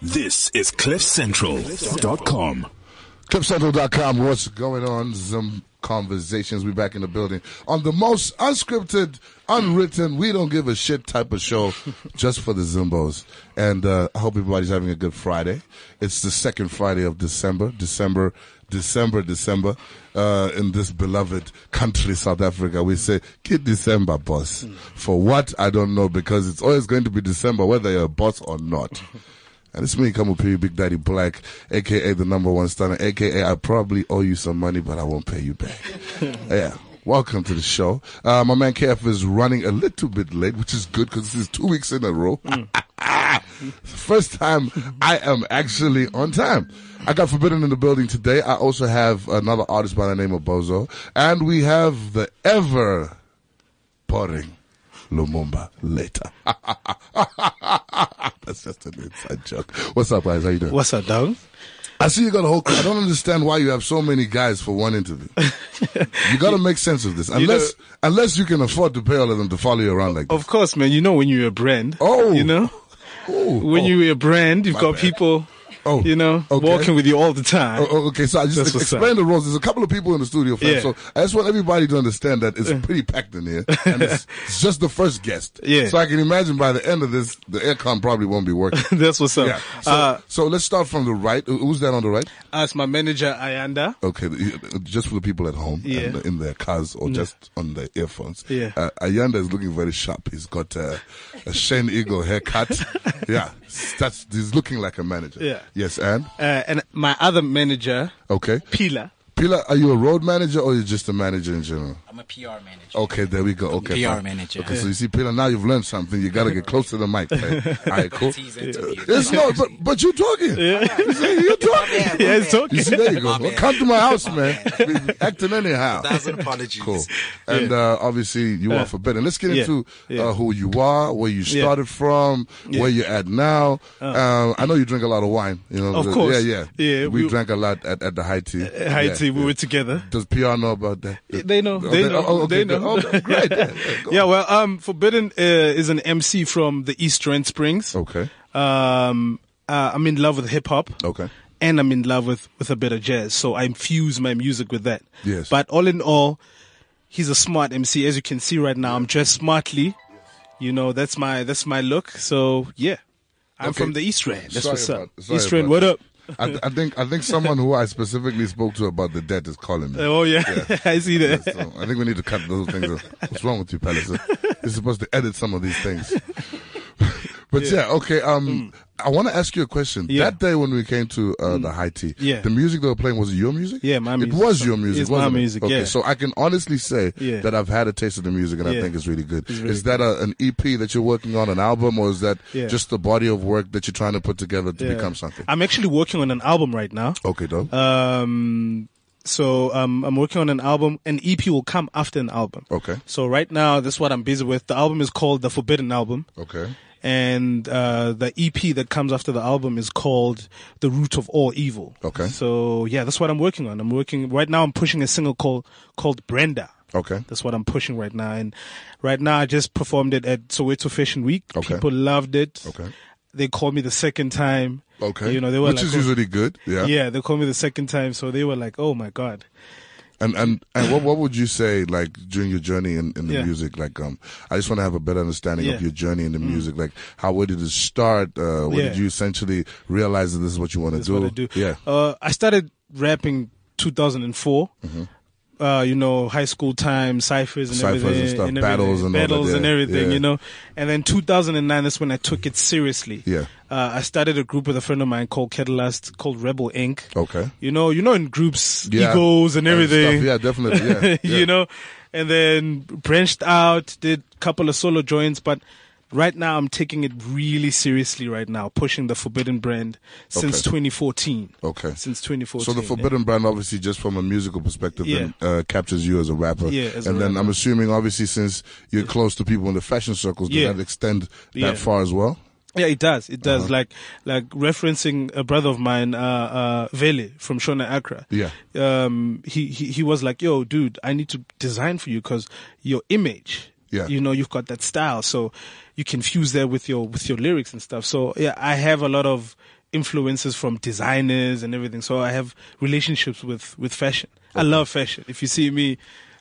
This is CliffCentral.com. ClipCentral.com. What's going on? Some conversations. We back in the building on the most unscripted, unwritten, we don't give a shit type of show, just for the Zimbos. And uh, I hope everybody's having a good Friday. It's the second Friday of December, December, December, December. Uh, in this beloved country, South Africa, we say "Kid December, boss." For what I don't know, because it's always going to be December, whether you're a boss or not. And it's me, Kamu P, Big Daddy Black, aka the number one stunner, aka I probably owe you some money, but I won't pay you back. yeah. Welcome to the show. Uh, my man KF is running a little bit late, which is good because this is two weeks in a row. First time I am actually on time. I got Forbidden in the building today. I also have another artist by the name of Bozo. And we have the ever boring Lumumba later. That's just an inside joke. What's up, guys? How you doing? What's up, dog? I see you got a whole. I don't understand why you have so many guys for one interview. you got to make sense of this, unless unless you can afford to pay all of them to follow you around like this. Of course, man. You know when you're a brand. Oh. You know? Oh, When you're a brand, you've got bad. people, Oh, you know, okay. walking with you all the time. Oh, oh, okay, so I just That's ex- what's explain the rules. There's a couple of people in the studio, fam, Yeah. so I just want everybody to understand that it's pretty packed in here, and it's it's just the first guest. Yeah. So I can imagine by the end of this, the aircon probably won't be working. That's what's up. oh. yeah. So, uh, so let's start from the right. Who- Who's that on the right? as my manager, Ayanda. Okay, the- just for the people at home Yeah. and in their cars or just on their earphones. Yeah. Uh, Ayanda is looking very sharp. He's got a, a Shane Eagle haircut. yeah. That's, he's looking like a manager. Yeah. Yes, and? Uh, and my other manager, Okay. Pila. Pilar, are you a road manager or you're just a manager in general? I'm a PR manager. Okay, there we go. Oh, Okay. PR fine. manager. Okay, so you see, Pilar, now you've learned something. You got to get close to the mic. man. All right, cool. He's interviewed. It's no, but, but you're talking. You see, you're talking. Yeah, it's You okay. see, there you go. My bad. Come to my house, man. Acting anyhow. Thousand apologies. Cool. And uh, obviously, you are forbidden. Let's get yeah, into Uh, yeah. who you are, where you Yeah. Uh. started from, where you're at now. Um, I know you drink a lot of wine. You know, Of the- course. Yeah, yeah. Yeah, we, we- drank a lot at, at the high tea. Uh, Haiti, Yeah, we yeah. were together. Does PR know about that? They know. Oh, They know. oh, they okay, know. good. Oh, great. Yeah, yeah, go. Yeah, well, um, Forbidden uh, is an MC from the East Rand Springs. Okay. Um, uh, I'm in love with hip hop. Okay. And I'm in love with, with a bit of jazz. So I infuse my music with that. Yes. But all in all, he's a smart MC. As you can see right now, I'm dressed smartly. You know, that's my, that's my look. So yeah, I'm Okay. from the East Rand. That's Sorry what's about- up. sorry East Rand, about what that. up? I, I think I think someone who I specifically spoke to about the debt is calling me. Oh yeah. I see that. So I think we need to cut those things. off. What's wrong with you, Palace? You're supposed to edit some of these things. But yeah, okay. Um, I want to ask you a question. Hmm. Yeah. Hmm. That day when we came to uh, the high tea, Yeah. the music they were playing was it your music? Yeah, my music. It was your music. It's my wasn't it? music, Okay, yeah. so I can honestly say Yeah. that I've had a taste of the music, and I Yeah. think it's really good. really is that A, an EP that you're working on, an album, or is that Yeah. just the body of work that you're trying to put together to Yeah. Uh, become something? I'm actually working on an album right now. okay, dope. Um, so um, I'm working on an album. An EP will come after an album. Okay. So right now, that's what I'm busy with. The album is called The Forbidden Album. okay. And uh, the EP that comes after the album is called The Root of All Evil. Okay. So yeah, that's what I'm working on. I'm working right now. I'm pushing a single called called Brenda. Okay. That's what I'm pushing right now. And right now, I just performed it at Soweto Fashion Week. Okay. People loved it. Okay. They called me the second time. Okay. You know, they were Which like, is "Oh." usually good. Yeah. Yeah, they called me the second time, so they were like, "Oh my god." And and and what what would you say like during your journey in, in the Yeah. music? Like um, I just want to have a better understanding of Yeah. Mm. your journey in the music. Like how where did it start? Uh, when Yeah. did you essentially realize that this is what you want to That's what I do. Yeah. Uh, I started rapping 2004. Uh, you know, high school time, ciphers and Mm-hmm. Ciphers and everything, stuff, battles and all that, battles and yeah, everything, yeah. you know. And then 2009, that's when I took it seriously. Yeah. Uh, I started a group with a friend of mine called Catalyst, called Rebel Inc. Okay. You know, you know, in groups, Oh. Yeah. egos and everything. stuff. Yeah, definitely. Yeah. yeah. you know, and then branched out, did a couple of solo joints, but right now I'm taking it really seriously right now, pushing the Forbidden brand since Okay. 2014. Okay. Since 2014. So the Forbidden Brand, obviously, just from a musical perspective, Yeah. then, uh, captures you as a rapper. Yeah, as a and then rapper. I'm assuming, obviously, since you're close to people in the fashion circles, does Yeah. that extend that Yeah. far as well? Yeah, it does. It Uh-huh. does. Like, like referencing a brother of mine, uh, uh, Vele from Shona Accra. Yeah. Um, he, he, he was like, yo, dude, I need to design for you because your image. Yeah. You know, you've got that style. So you can fuse that with your, with your lyrics and stuff. So yeah, I have a lot of influences from designers and everything. So I have relationships with with fashion. I love fashion. If you see me,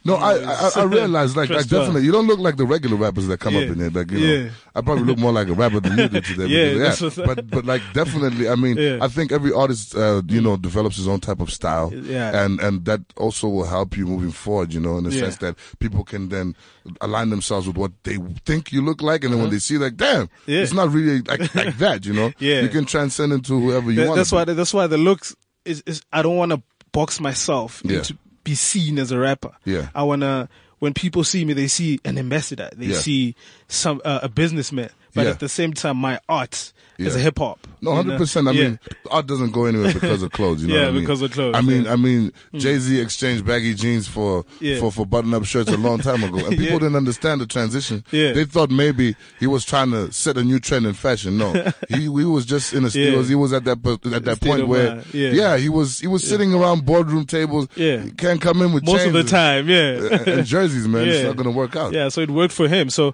No, I I, I realize like, like Trust her. definitely you don't look like the regular rappers that come up Yeah. in there. Like you know, Yeah. I probably look more like a rapper than you do today. Yeah, because, that's what's yeah. up. But but like definitely, I mean, Yeah. I think every artist uh, you know develops his own type of style, Yeah. and and that also will help you moving forward. You know, in the Yeah. sense that people can then align themselves with what they think you look like, and then when they see like, damn, Uh-huh. Yeah. it's not really like, like that. You know, Yeah. you can transcend into whoever you That- want. that's why that's why the looks is, is I don't want to box myself Yeah. into be seen as a rapper. Yeah. I want to when people see me they see an ambassador, they Yeah. see some uh, a businessman, but Yeah. at the same time my art is Yeah. hip hop. No, hundred percent. I Yeah. mean, art doesn't go anywhere because of clothes. You know Yeah, what I mean? because of clothes, I mean, yeah. Hmm. I mean, Jay Z exchanged baggy jeans for Yeah. for, for button up shirts a long time ago, and people Yeah. didn't understand the transition. Yeah. they thought maybe he was trying to set a new trend in fashion. No, he, he was just in a he Yeah. was he was at that po- at that State point of where mind, yeah. he was he was sitting around boardroom tables. Yeah. He can't come in with Most of chains the time, yeah. and, and jerseys, man. It's Yeah. not gonna work out. Yeah, so it worked for him. So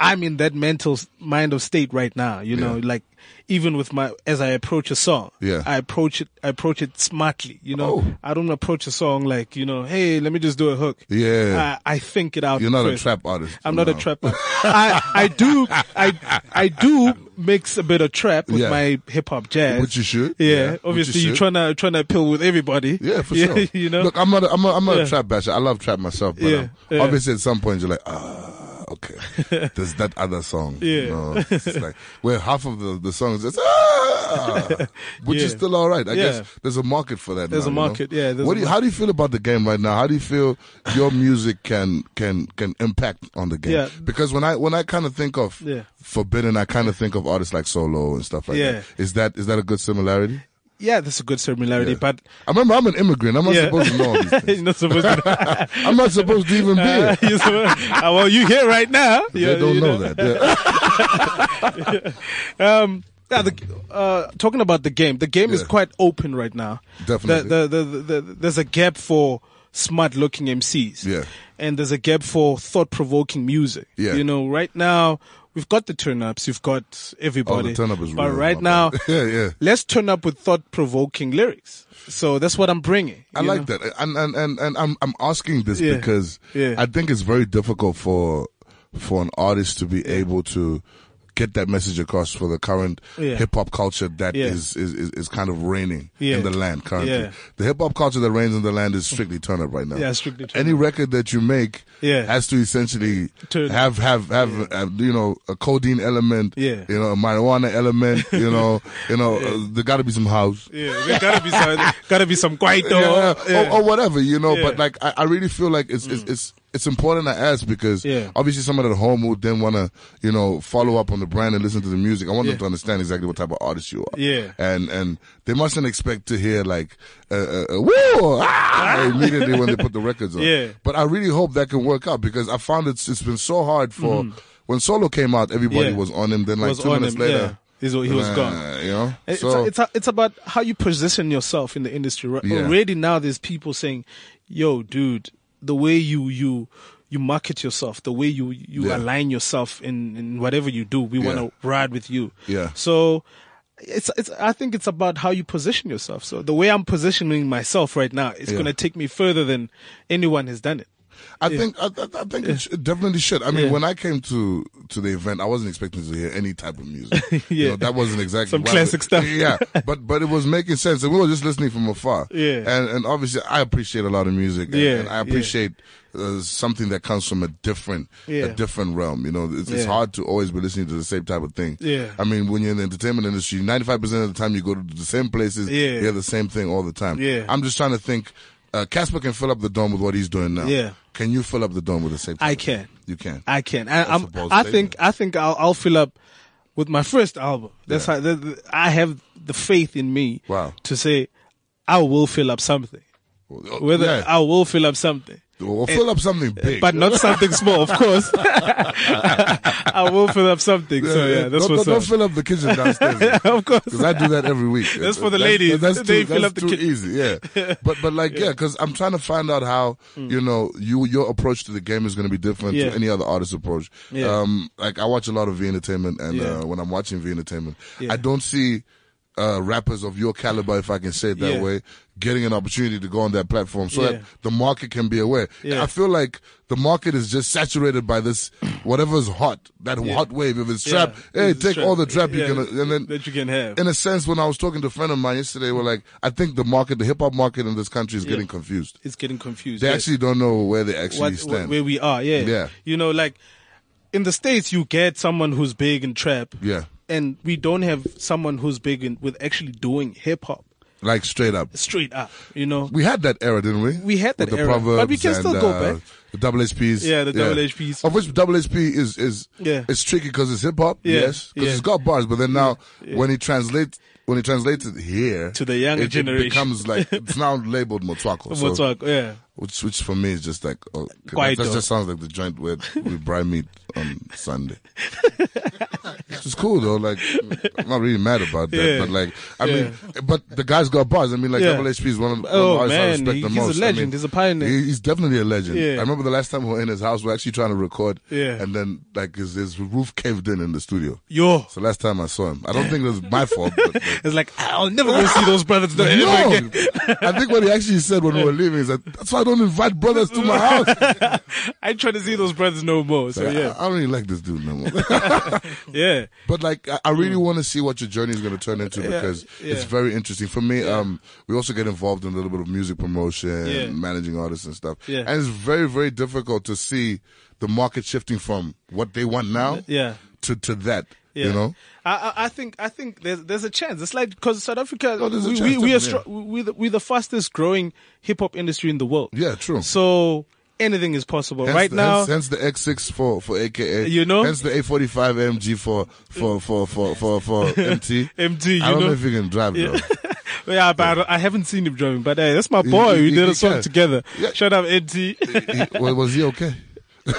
I'm in that mental s- mind of state right now. You know, like even with my as I approach a song, Yeah. I approach it. I approach it smartly. You know, Oh. I don't approach a song like you know, hey, let me just do a hook. Yeah. I, I think it out. You're not a first. trap artist. Ah, I'm not a No. trapper. I I do I I do mix a bit of trap with Yeah. my hip hop jazz, Which you should, Yeah, yeah, which you obviously you should. are trying to trying to appeal with everybody. Yeah, for sure. You know, look, I'm not, a, I'm, a, I'm not a Yeah. trap basher. I love trap myself, but Yeah, um, yeah. obviously at some point you're like, ah, okay, there's that other song. Yeah. no, it's just like where half of the the songs is ah, which is Yeah. still all right. I Yeah. guess there's a market for that. There's now, a you know? market, yeah, there's What a do you, how do you feel about the game right now? How do you feel your music can can can impact on the game? Yeah. Because when I when I kind of think of Yeah. Forbidden, I kind of think of artists like Solo and stuff like Yeah. that. Is that is that a good similarity? yeah, that's a good similarity, Yeah. but I remember I'm an immigrant. I'm not Yeah. supposed to know all these things. you're not supposed to. I'm not supposed to even be Uh, here. you saw- uh, well, you here right now. They don't know that. Yeah. Um, yeah, the, uh, talking about the game, the game is Yeah. quite open right now. Definitely. The, the, the, the, the, there's a gap for smart-looking MCs. Yeah. And there's a gap for thought-provoking music. Yeah. You know, right now we've got the turn-ups, you've got everybody. turn-up is But real, right my now, bad. Yeah, yeah. Let's turn up with thought-provoking lyrics. So that's what I'm bringing. I you like know? that, and and and, and I'm I'm asking this Yeah. because Yeah. I think it's very difficult for for an artist to be able to get that message across for the current Yeah. hip hop culture that Yeah. is is, is is kind of reigning Yeah. in the land currently. Yeah. The hip hop culture that reigns in the land is strictly turn up right now. Yeah, strictly turn Any record that you make Yeah. has to essentially Turn- have have have uh, you know a codeine element, Yeah. you know a marijuana element, you know you know uh, there got to be some house, Yeah, there gotta be some, gotta be some guaito. yeah, Oh, Yeah. Or, or whatever, you know. Yeah. Mm. But like, I, I really feel like it's, it's it's it's important I ask because Yeah. obviously someone at home would then want to you know follow up on the brand and listen to the music. I want them Yeah. to understand exactly what type of artist you are. Yeah. and and they mustn't expect to hear like uh, uh, uh, woo ah, immediately when they put the records on. Yeah. but I really hope that can work out because I found it's it's been so hard for. When Solo came out, Mm-hmm. everybody Yeah. was on him. Then, like Was two on minutes him, yeah. later, He's- he was gone. You know, It's, so it's it's about how you position yourself in the industry. Right? Yeah. Already now, there's people saying, "Yo, dude, the way you you you market yourself, the way you you Yeah. align yourself in in whatever you do, we want to ride with you." Yeah. So. It's, it's, I think it's about how you position yourself. So the way I'm positioning myself right now, it's Yeah. going to take me further than anyone has done it. I think I, I I think it, sh- it definitely should. I mean, Yeah. when I came to to the event, I wasn't expecting to hear any type of music. you Yeah. know, that wasn't exactly Some why- classic stuff. Yeah, but but it was making sense, and we were just listening from afar. Yeah. and and obviously, I appreciate a lot of music. and- Yeah, and I yeah. appreciate uh, something that comes from a different Yeah. a different realm. You know, it's, it's Yeah. hard to always be listening to the same type of thing. Yeah. I mean, when you're in the entertainment industry, ninety five percent of the time you go to the same places. Yeah. hear the same thing all the time. Yeah. I'm just trying to think. Uh, Casper can fill up the dome with what he's doing now. Yeah. Can you fill up the dome with the same? I type of- can. You can. I can. I, a I'm, bold I statement. think. I think I'll, I'll fill up with my first album. That's Yeah. how the, the- I have the faith in me. Wow. To say, I will fill up something. Whether yeah. I will fill up something, Well, fill up something big. uh, but not something small, of course. I will fill up something. So yeah, that's don't, what's don't, up. don't fill up the kitchen downstairs. of course. Because I do that every week. That's for the ladies. That's, too, They fill that's up the too kit- easy. Yeah. But but like yeah, because I'm trying to find out how you know you your approach to the game is going to be different Hmm. Yeah. to any other artist's approach. Yeah. Um, like I watch a lot of V Entertainment, and Yeah. uh, when I'm watching V Entertainment, Yeah. I don't see uh, rappers of your caliber, if I can say it that Yeah. way, getting an opportunity to go on that platform so Yeah. that the market can be aware. Yeah. I feel like the market is just saturated by this, whatever's hot, that hot wave. If it's trap, Yeah, hey, it's take trap. all the trap Yeah, you can, and then that you can have. in a sense, when I was talking to a friend of mine yesterday, we're like, I think the market, the hip hop market in this country is getting confused. it's getting confused. They Yes. actually don't know where they actually what, stand. where we are. Yeah. Yeah. You know, like in the states, you get someone who's big in trap. Yeah. And we don't have someone who's big in, with actually doing hip hop like straight up. straight up. You know. We had that era, didn't we? We had that With the era, Proverbs but we can and, still go uh, back. The double HPs. Yeah, the double HPs. Of which double HP is is Yeah. it's tricky because it's hip hop. Yeah, Yes, because yeah. it's got bars. But then now, when he translates, when he translates it here To the younger it, generation. it becomes like it's now labeled Motwako. so- Motswako, yeah. which which for me is just like oh, okay, Quite that, that dope. just sounds like the joint where we buy meat on Sunday. Which is cool though. Like I'm not really mad about that, Yeah. but like I Yeah. mean, but the guy's got bars. I mean, like Yeah. Double HP is one of the Oh, artists I man, respect he- the he's a most. I legend. mean, He's a pioneer. he- he's definitely a legend. Yeah. I remember the last time we were in his house, we were actually trying to record, Yeah. and then like his, his roof caved in in the studio. Yo. So last time I saw him, I don't think it was my fault. But, like, It's like I'll never go see those brothers no, no, ever again. I think what he actually said when we were leaving is that that's why I don't invite brothers to my house. I try to see those brothers no more. So Like, Oh, yeah, I, I don't really like this dude no more. yeah, but like, I, I really want to see what your journey is going to turn into because it's Hmm. yeah. very interesting for me. Um, we also get involved in a little bit of music promotion, Yeah. managing artists and stuff. Yeah. and it's very, very difficult to see the market shifting from what they want now, yeah. to to that. Yeah. You know, I, I I think I think there's there's a chance. It's like because South Africa, Oh, there's a we, chance, we, we are definitely, str- we the, we're the fastest growing hip hop industry in the world. yeah, true. So anything is possible Hence right the, now. hence, hence the X6 for for AKA. You know? hence the A45 MG for for for for for for MT. MT, I you don't know know? if you can drive though. yeah, but I don't- I haven't seen him driving. But hey, that's my boy. he- We did he a song can. together. Yeah. Shout out Eddie. He- wa- was he okay?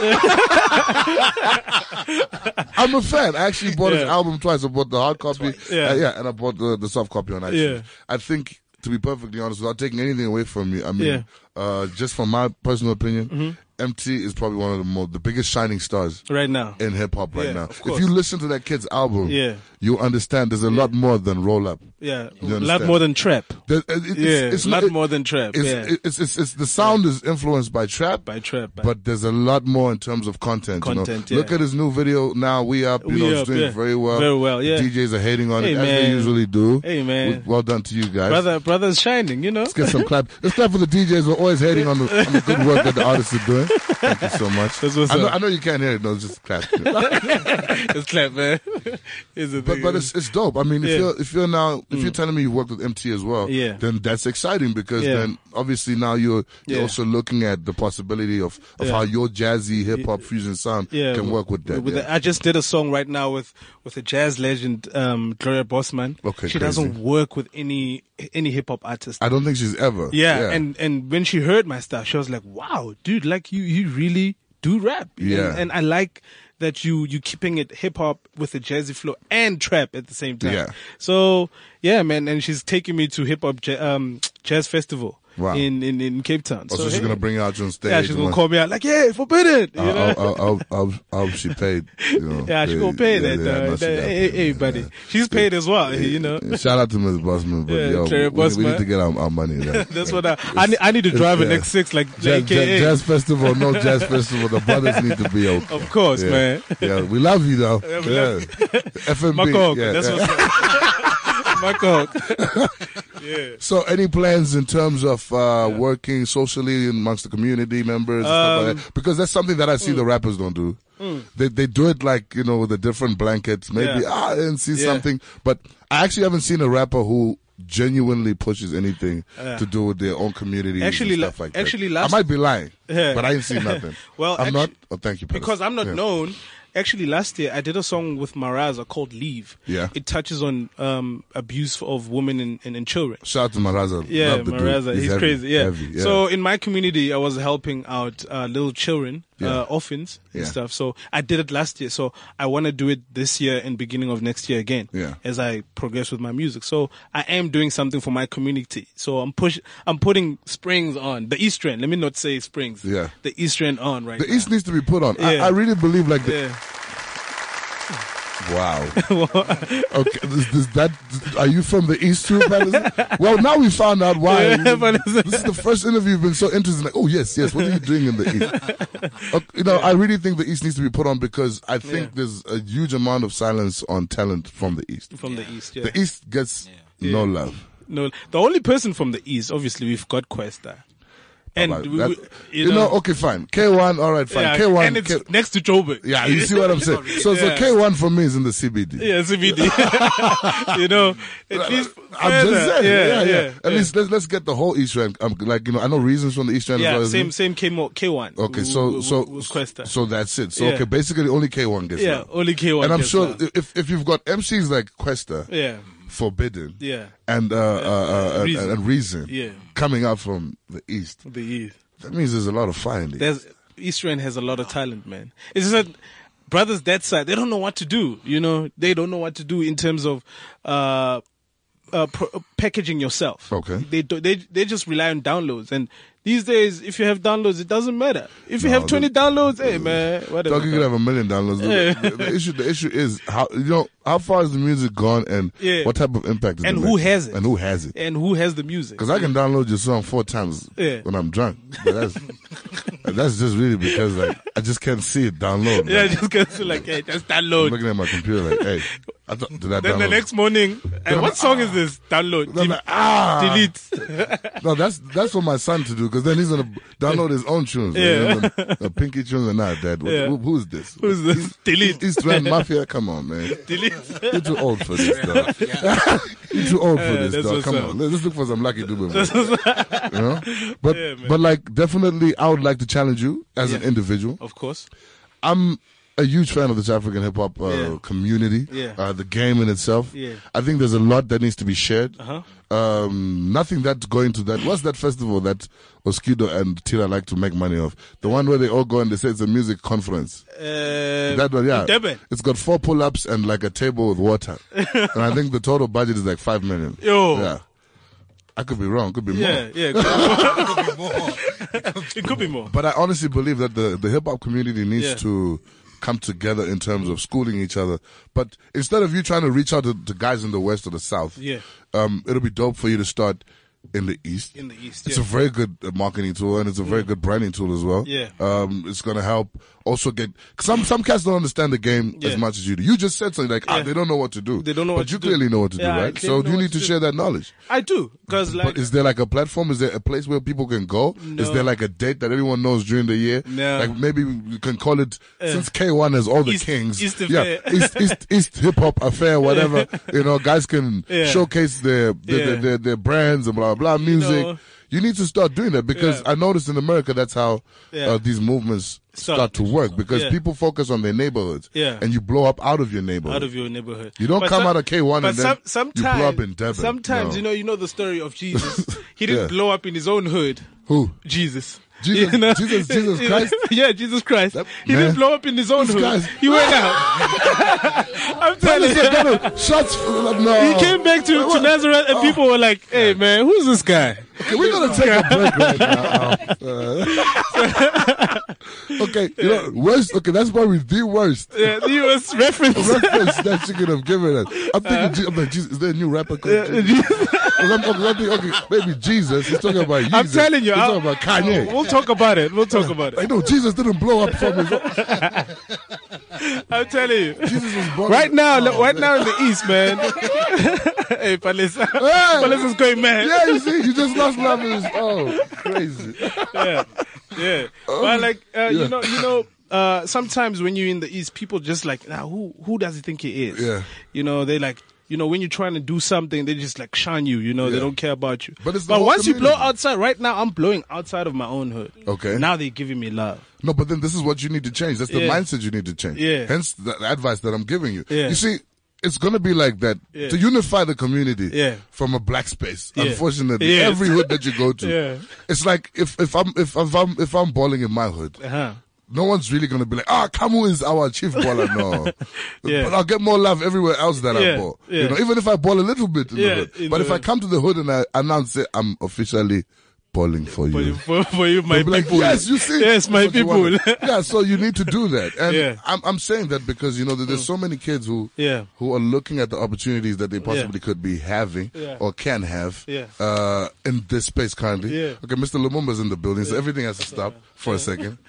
I'm a fan. I actually bought his Yeah. album twice. I bought the hard copy, Yeah. uh, yeah, and I bought the, the soft copy on iTunes. Yeah. I think, to be perfectly honest, without taking anything away from you, I mean, Yeah. Mm-hmm. uh, just from my personal opinion, MT is probably one of the most the biggest shining stars right now. in hip hop right Yeah, now. of If course. you listen to that kid's album, Yeah. you understand there's a lot more than roll up. Yeah, You a understand? lot more than trap. There- uh, it- it's, Yeah, it's a lot not- more than trap. It's, yeah, it's, it's, it's- the sound is influenced by trap, by trap. But, but there's a lot more in terms of content. Content, you know? yeah. Look at his new video now. We up, you We know, it's Up, doing yeah. very well. Very well, yeah. The DJs are hating on it Hey, as they man. usually do. Hey, man. Well done to you guys. brother, brother's shining. You know. Let's get some clap. Let's clap for the DJs. We're always hating on the, on the good work that the artists are doing. Thank you so much. That's what's I, know, up. I know you can't hear it. No, just clap. It's clap, man. It's a But thing. but it's it's dope. I mean, if Yeah. Mm. you're if you're now if you're telling me you worked with MT as well, Yeah. then that's exciting because Yeah. then obviously now you're you're Yeah. also looking at the possibility of, of Yeah. how your jazzy hip hop fusion sound yeah, can work with that. With yeah. the- I just did a song right now with with a jazz legend, um, Gloria Bosman. Okay, she crazy. doesn't work with any any hip hop artist. I don't think she's ever. yeah, and and when she heard my stuff, she was like, "Wow, dude, like you you really do rap." Yeah. and, and I like that you you keeping it hip hop with a jazzy flow and trap at the same time. Yeah. So yeah, man, and she's taking me to hip hop ja- um, jazz festival Wow. in, in in Cape Town. so also she's hey. gonna bring you out on stage. yeah, she's gonna and- call me out like, "Yeah, forbidden." You I, know? I, I, I, I, I, she paid. You know, Yeah, she gonna pay that. yeah, I uh, know she that- got hey, paid, hey, yeah. buddy, she's paid as well. You know, Shout out to Ms. Bossman, but Yeah, yo, Claire we, we need Bossman. to get our, our money. Right? that's what I I need, I need to drive an yeah. X6 like Jazz, AKA. jazz, jazz festival, no jazz festival. The brothers need to be okay. Of course, yeah. man. Yeah, we love you though. Yeah, we love FMB. Marco, yeah, that's yeah. what's up. Marco, So, any plans in terms of uh, working socially amongst the community members and stuff Um, like that? Because that's something that I see mm. the rappers don't do. They they do it like you know with a different blanket, maybe Yeah. ah and see Yeah. something. But I actually haven't seen a rapper who genuinely pushes anything Yeah. to do with their own community Actually, and stuff la- like that. actually, last- I might be lying, Yeah. but I ain't seen nothing. Well, I'm not. actu- Oh, thank you, Pettis. because I'm not Yeah. known. Actually, last year I did a song with Maraza called "Leave." Yeah. it touches on um, abuse of women and, and, and children. Shout out to Maraza. Yeah, Love the dude. Maraza. He's, heavy, crazy. Yeah. heavy, yeah. So in my community, I was helping out uh, little children, uh, orphans and Yeah. stuff. So I did it last year. So I want to do it this year and beginning of next year again. Yeah. As I progress with my music, so I am doing something for my community. So I'm push, I'm putting Springs on the East End. Let me not say Springs. Yeah. The East End on right the now. East needs to be put on. I, Yeah. I really believe like the, Yeah. Wow. okay, this, this, that are you from the East too? Patterson? Well, now we found out why. Yeah, Patterson. this is the first interview you've been so interested. Like, oh yes, yes. What are you doing in the East? Okay, you know, I really think the East needs to be put on because I think Yeah. there's a huge amount of silence on talent from the East. from the East. Yeah. The East gets no love. No, the only person from the East, obviously, we've got Questa. And Like, we, we- that's- you, know, okay, fine. K1, all right, fine. yeah, K1, and it's K- next to Joburg. yeah, you see what I'm saying. So, Yeah. so K1 for me is in the CBD. Yeah, CBD. you know, at least I'm just further. saying, yeah, yeah. At yeah. least let's let's get the whole East Rand. Um, like you know, I know reasons from the East Rand. as Yeah, well, isn't same it? same K K one. Okay, so so was Questa. so that's it. So Yeah. okay, basically only K one gets yeah, love. only K one. and I'm sure if if you've got MCs like Questa, Yeah, Forbidden, yeah, and uh, uh, uh, and- Reason. and, and Reason, Yeah. coming out from the East, the East. that means there's a lot of fire in the East. There's East Rand has a lot of talent, man. It's just that brothers that side they don't know what to do. You know, they don't know what to do in terms of uh, uh, pro- packaging yourself. Okay. they do, they they just rely on downloads, and these days if you have downloads, it doesn't matter. If you No, have twenty the- downloads, hey man, whatever. Dog, you could have a million dollars. The, Yeah. the- the issue, the issue is how you know how far is the music gone, and Yeah. what type of impact is And who making? has it? and who has it. and who has the music? Because I can download your song four times Yeah. when I'm drunk. But that's, that's just really because like I just can't see it download. yeah, man. just goes to like, hey, just I'm download. looking at my computer like, hey, I thought did I Then download? the next morning, hey, I'm what like, song is this? Download, And Del- I'm like, ah, delete. No, that's that's for my son to do because then he's gonna download his own tunes. like, Yeah. you know, the- the pinky tunes and not that. Yeah. Who, who's this? Who's this? Delete. East Rand Mafia. Come on, man. delete. You're too old for this, dog. You're too old for Yeah, this, that's dog. what's Come up. on, let's look for some lucky Dube. man. you know? But but like definitely, I would like to challenge you as an Yeah. individual. of course. I'm a huge fan of this African hip hop uh, Yeah. community, Yeah. uh, the game in itself. Yeah. I think there's a lot that needs to be shared. Uh-huh. Um, nothing that's going to that. What's that festival that Oskido and Tila like to make money off? The one where they all go and they say it's a music conference. Uh, That one, yeah. Durban. It's got four pull ups and like a table with water. and I think the total budget is like five million. Yo. Yeah. I could be wrong, could be Yeah, more. yeah. It could be more. it could be more. But I honestly believe that the, the hip hop community needs Yeah. to come together in terms of schooling each other. But instead of you trying to reach out to the guys in the West or the South, Yeah. um, it'll be dope for you to start in the East. In the East, It's yeah. Mm. a very good uh, marketing tool and it's a very good branding tool as well. Yeah. Um, it's gonna help also get some some cats don't understand the game as Yeah. much as you do. You just said something like, ah, Yeah. they don't know what to do. They don't know But what you to do. clearly know what to Yeah, do, I right? clearly So know you what need to to do. share that knowledge. I do because like But is there like a platform? Is there a place where people can go? Is there like a date that everyone knows during the year? No. Uh. Like maybe we can call it since K one has all the East- kings. East yeah, Affair. East East, East hip hop affair, whatever. you know, guys can Yeah. showcase their their, Yeah. their, their their brands and blah blah music. You, know. need to start doing that because Yeah. I noticed in America that's how Yeah. uh, these movements Start. start to work because Yeah. people focus on their neighborhoods Yeah. and you blow up out of your neighborhood. out of your neighborhood. You don't come out of K1 but and then some, you blow sometime- up in Durban. Sometimes No. you know you know the story of Jesus. He didn't Yeah. blow up in his own hood. Who? Jesus. Jesus- Jesus- Jesus You Christ? yeah, Jesus Christ. That- he man. didn't blow up in his own This hood. guy's- He went out. I'm telling you. Shots. He No. came back to, to Nazareth Oh. and people were like, hey man, who's this guy? Okay, we're gonna take a break right now. Uh, okay, you know, worst. Okay, that's probably the worst Yeah, the US reference. reference that you could have given us. I'm thinking, Je- I'm like, Jesus, is there a new rapper called Jesus? 'Cause I'm, 'cause I'm thinking, okay, maybe Jesus. He's talking about Jesus. I'm Oh, telling you. he's I'll- talking about Kanye. We'll talk about it. We'll talk about I it. know Jesus didn't blow up from his. I'm telling you. Jesus was born Right now, look, right now in the East, man. hey, Palisa. Palisa's going mad. Yeah, you see, you just lost love. Is, oh, crazy. yeah. But like uh, Um, yeah. you know, you know, uh, sometimes when you're in the East, people just like, now who who does he think he is? Yeah. You know, they like. You know, when you're trying to do something, they just like shun you. You know, Yeah. they don't care about you. But it's the but whole once you community. blow outside, right now I'm blowing outside of my own hood. Okay. Now they're giving me love. No, but then this is what you need to change. That's the Yeah. mindset you need to change. Yeah. Hence the the advice that I'm giving you. Yeah. You see, it's gonna be like that Yeah. to unify the community Yeah. from a black space. Yeah. Unfortunately, Yes. every hood that you go to, Yeah. it's like if if I'm if, if I'm if I'm balling in my hood, Uh-huh. no one's really gonna be like, ah, Kamu is our chief baller. No, Yeah. but I'll get more love everywhere else that I Yeah, ball. You yeah. know, even if I ball a little bit in Yeah, the hood. in But the if I hood. come to the hood and I announce it, I'm officially polling for for you. you, for, for you, my They'll be like, people. yes, you see. Yes, my That's what you people. wanted. yeah, so you need to do that. And Yeah. Mm. I'm, I'm saying that because, you know, that there's so many kids who Yeah. who are looking at the opportunities that they possibly could be having Yeah. or can have Yeah. uh, in this space currently. Yeah. Okay, Mr. Lumumba's in the building, so everything has to stop for a second.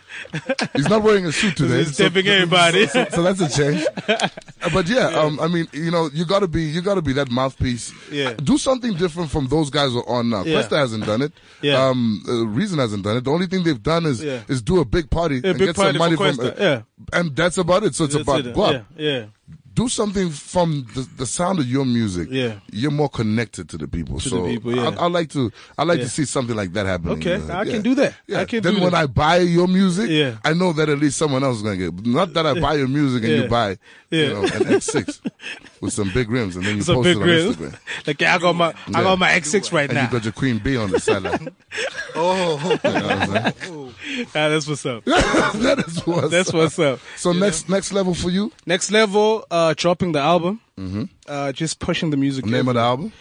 He's not wearing a suit today. He's tipping everybody. So, so that's a change. Uh, But yeah, Um, I mean, you know, you gotta be, you gotta be that mouthpiece. Yeah. Uh, Do something different from those guys who are on now. Yeah. Questa hasn't done it. Yeah. Um, uh, Reason hasn't done it. The only thing they've done is Yeah. is do a big party and big get party some money for from. uh, Questa, yeah. And that's about it. So it's That's about it. guap. Yeah, yeah. Do something from the, the sound of your music. Yeah. You're more connected to the people. the so people, yeah. I, I like to I like Yeah. to see something like that happening. Okay, Uh, I can do that. Yeah. I can then do when that. I buy your music, Yeah. I know that at least someone else is gonna get. Not that I buy your music and Yeah. you buy Yeah. you know, an X6 with some big rims and then you It's a post it big on grill. Instagram. Like, yeah, I got my, I Yeah. got my X6 right And now. you got your Queen Bee on the sideline. Oh, You know what I'm saying? Ah, that's what's up. that is what's That's what's up. So next next level for you. Next level, uh, dropping the album. Mm-hmm. Uh, just pushing the music. Name of the album?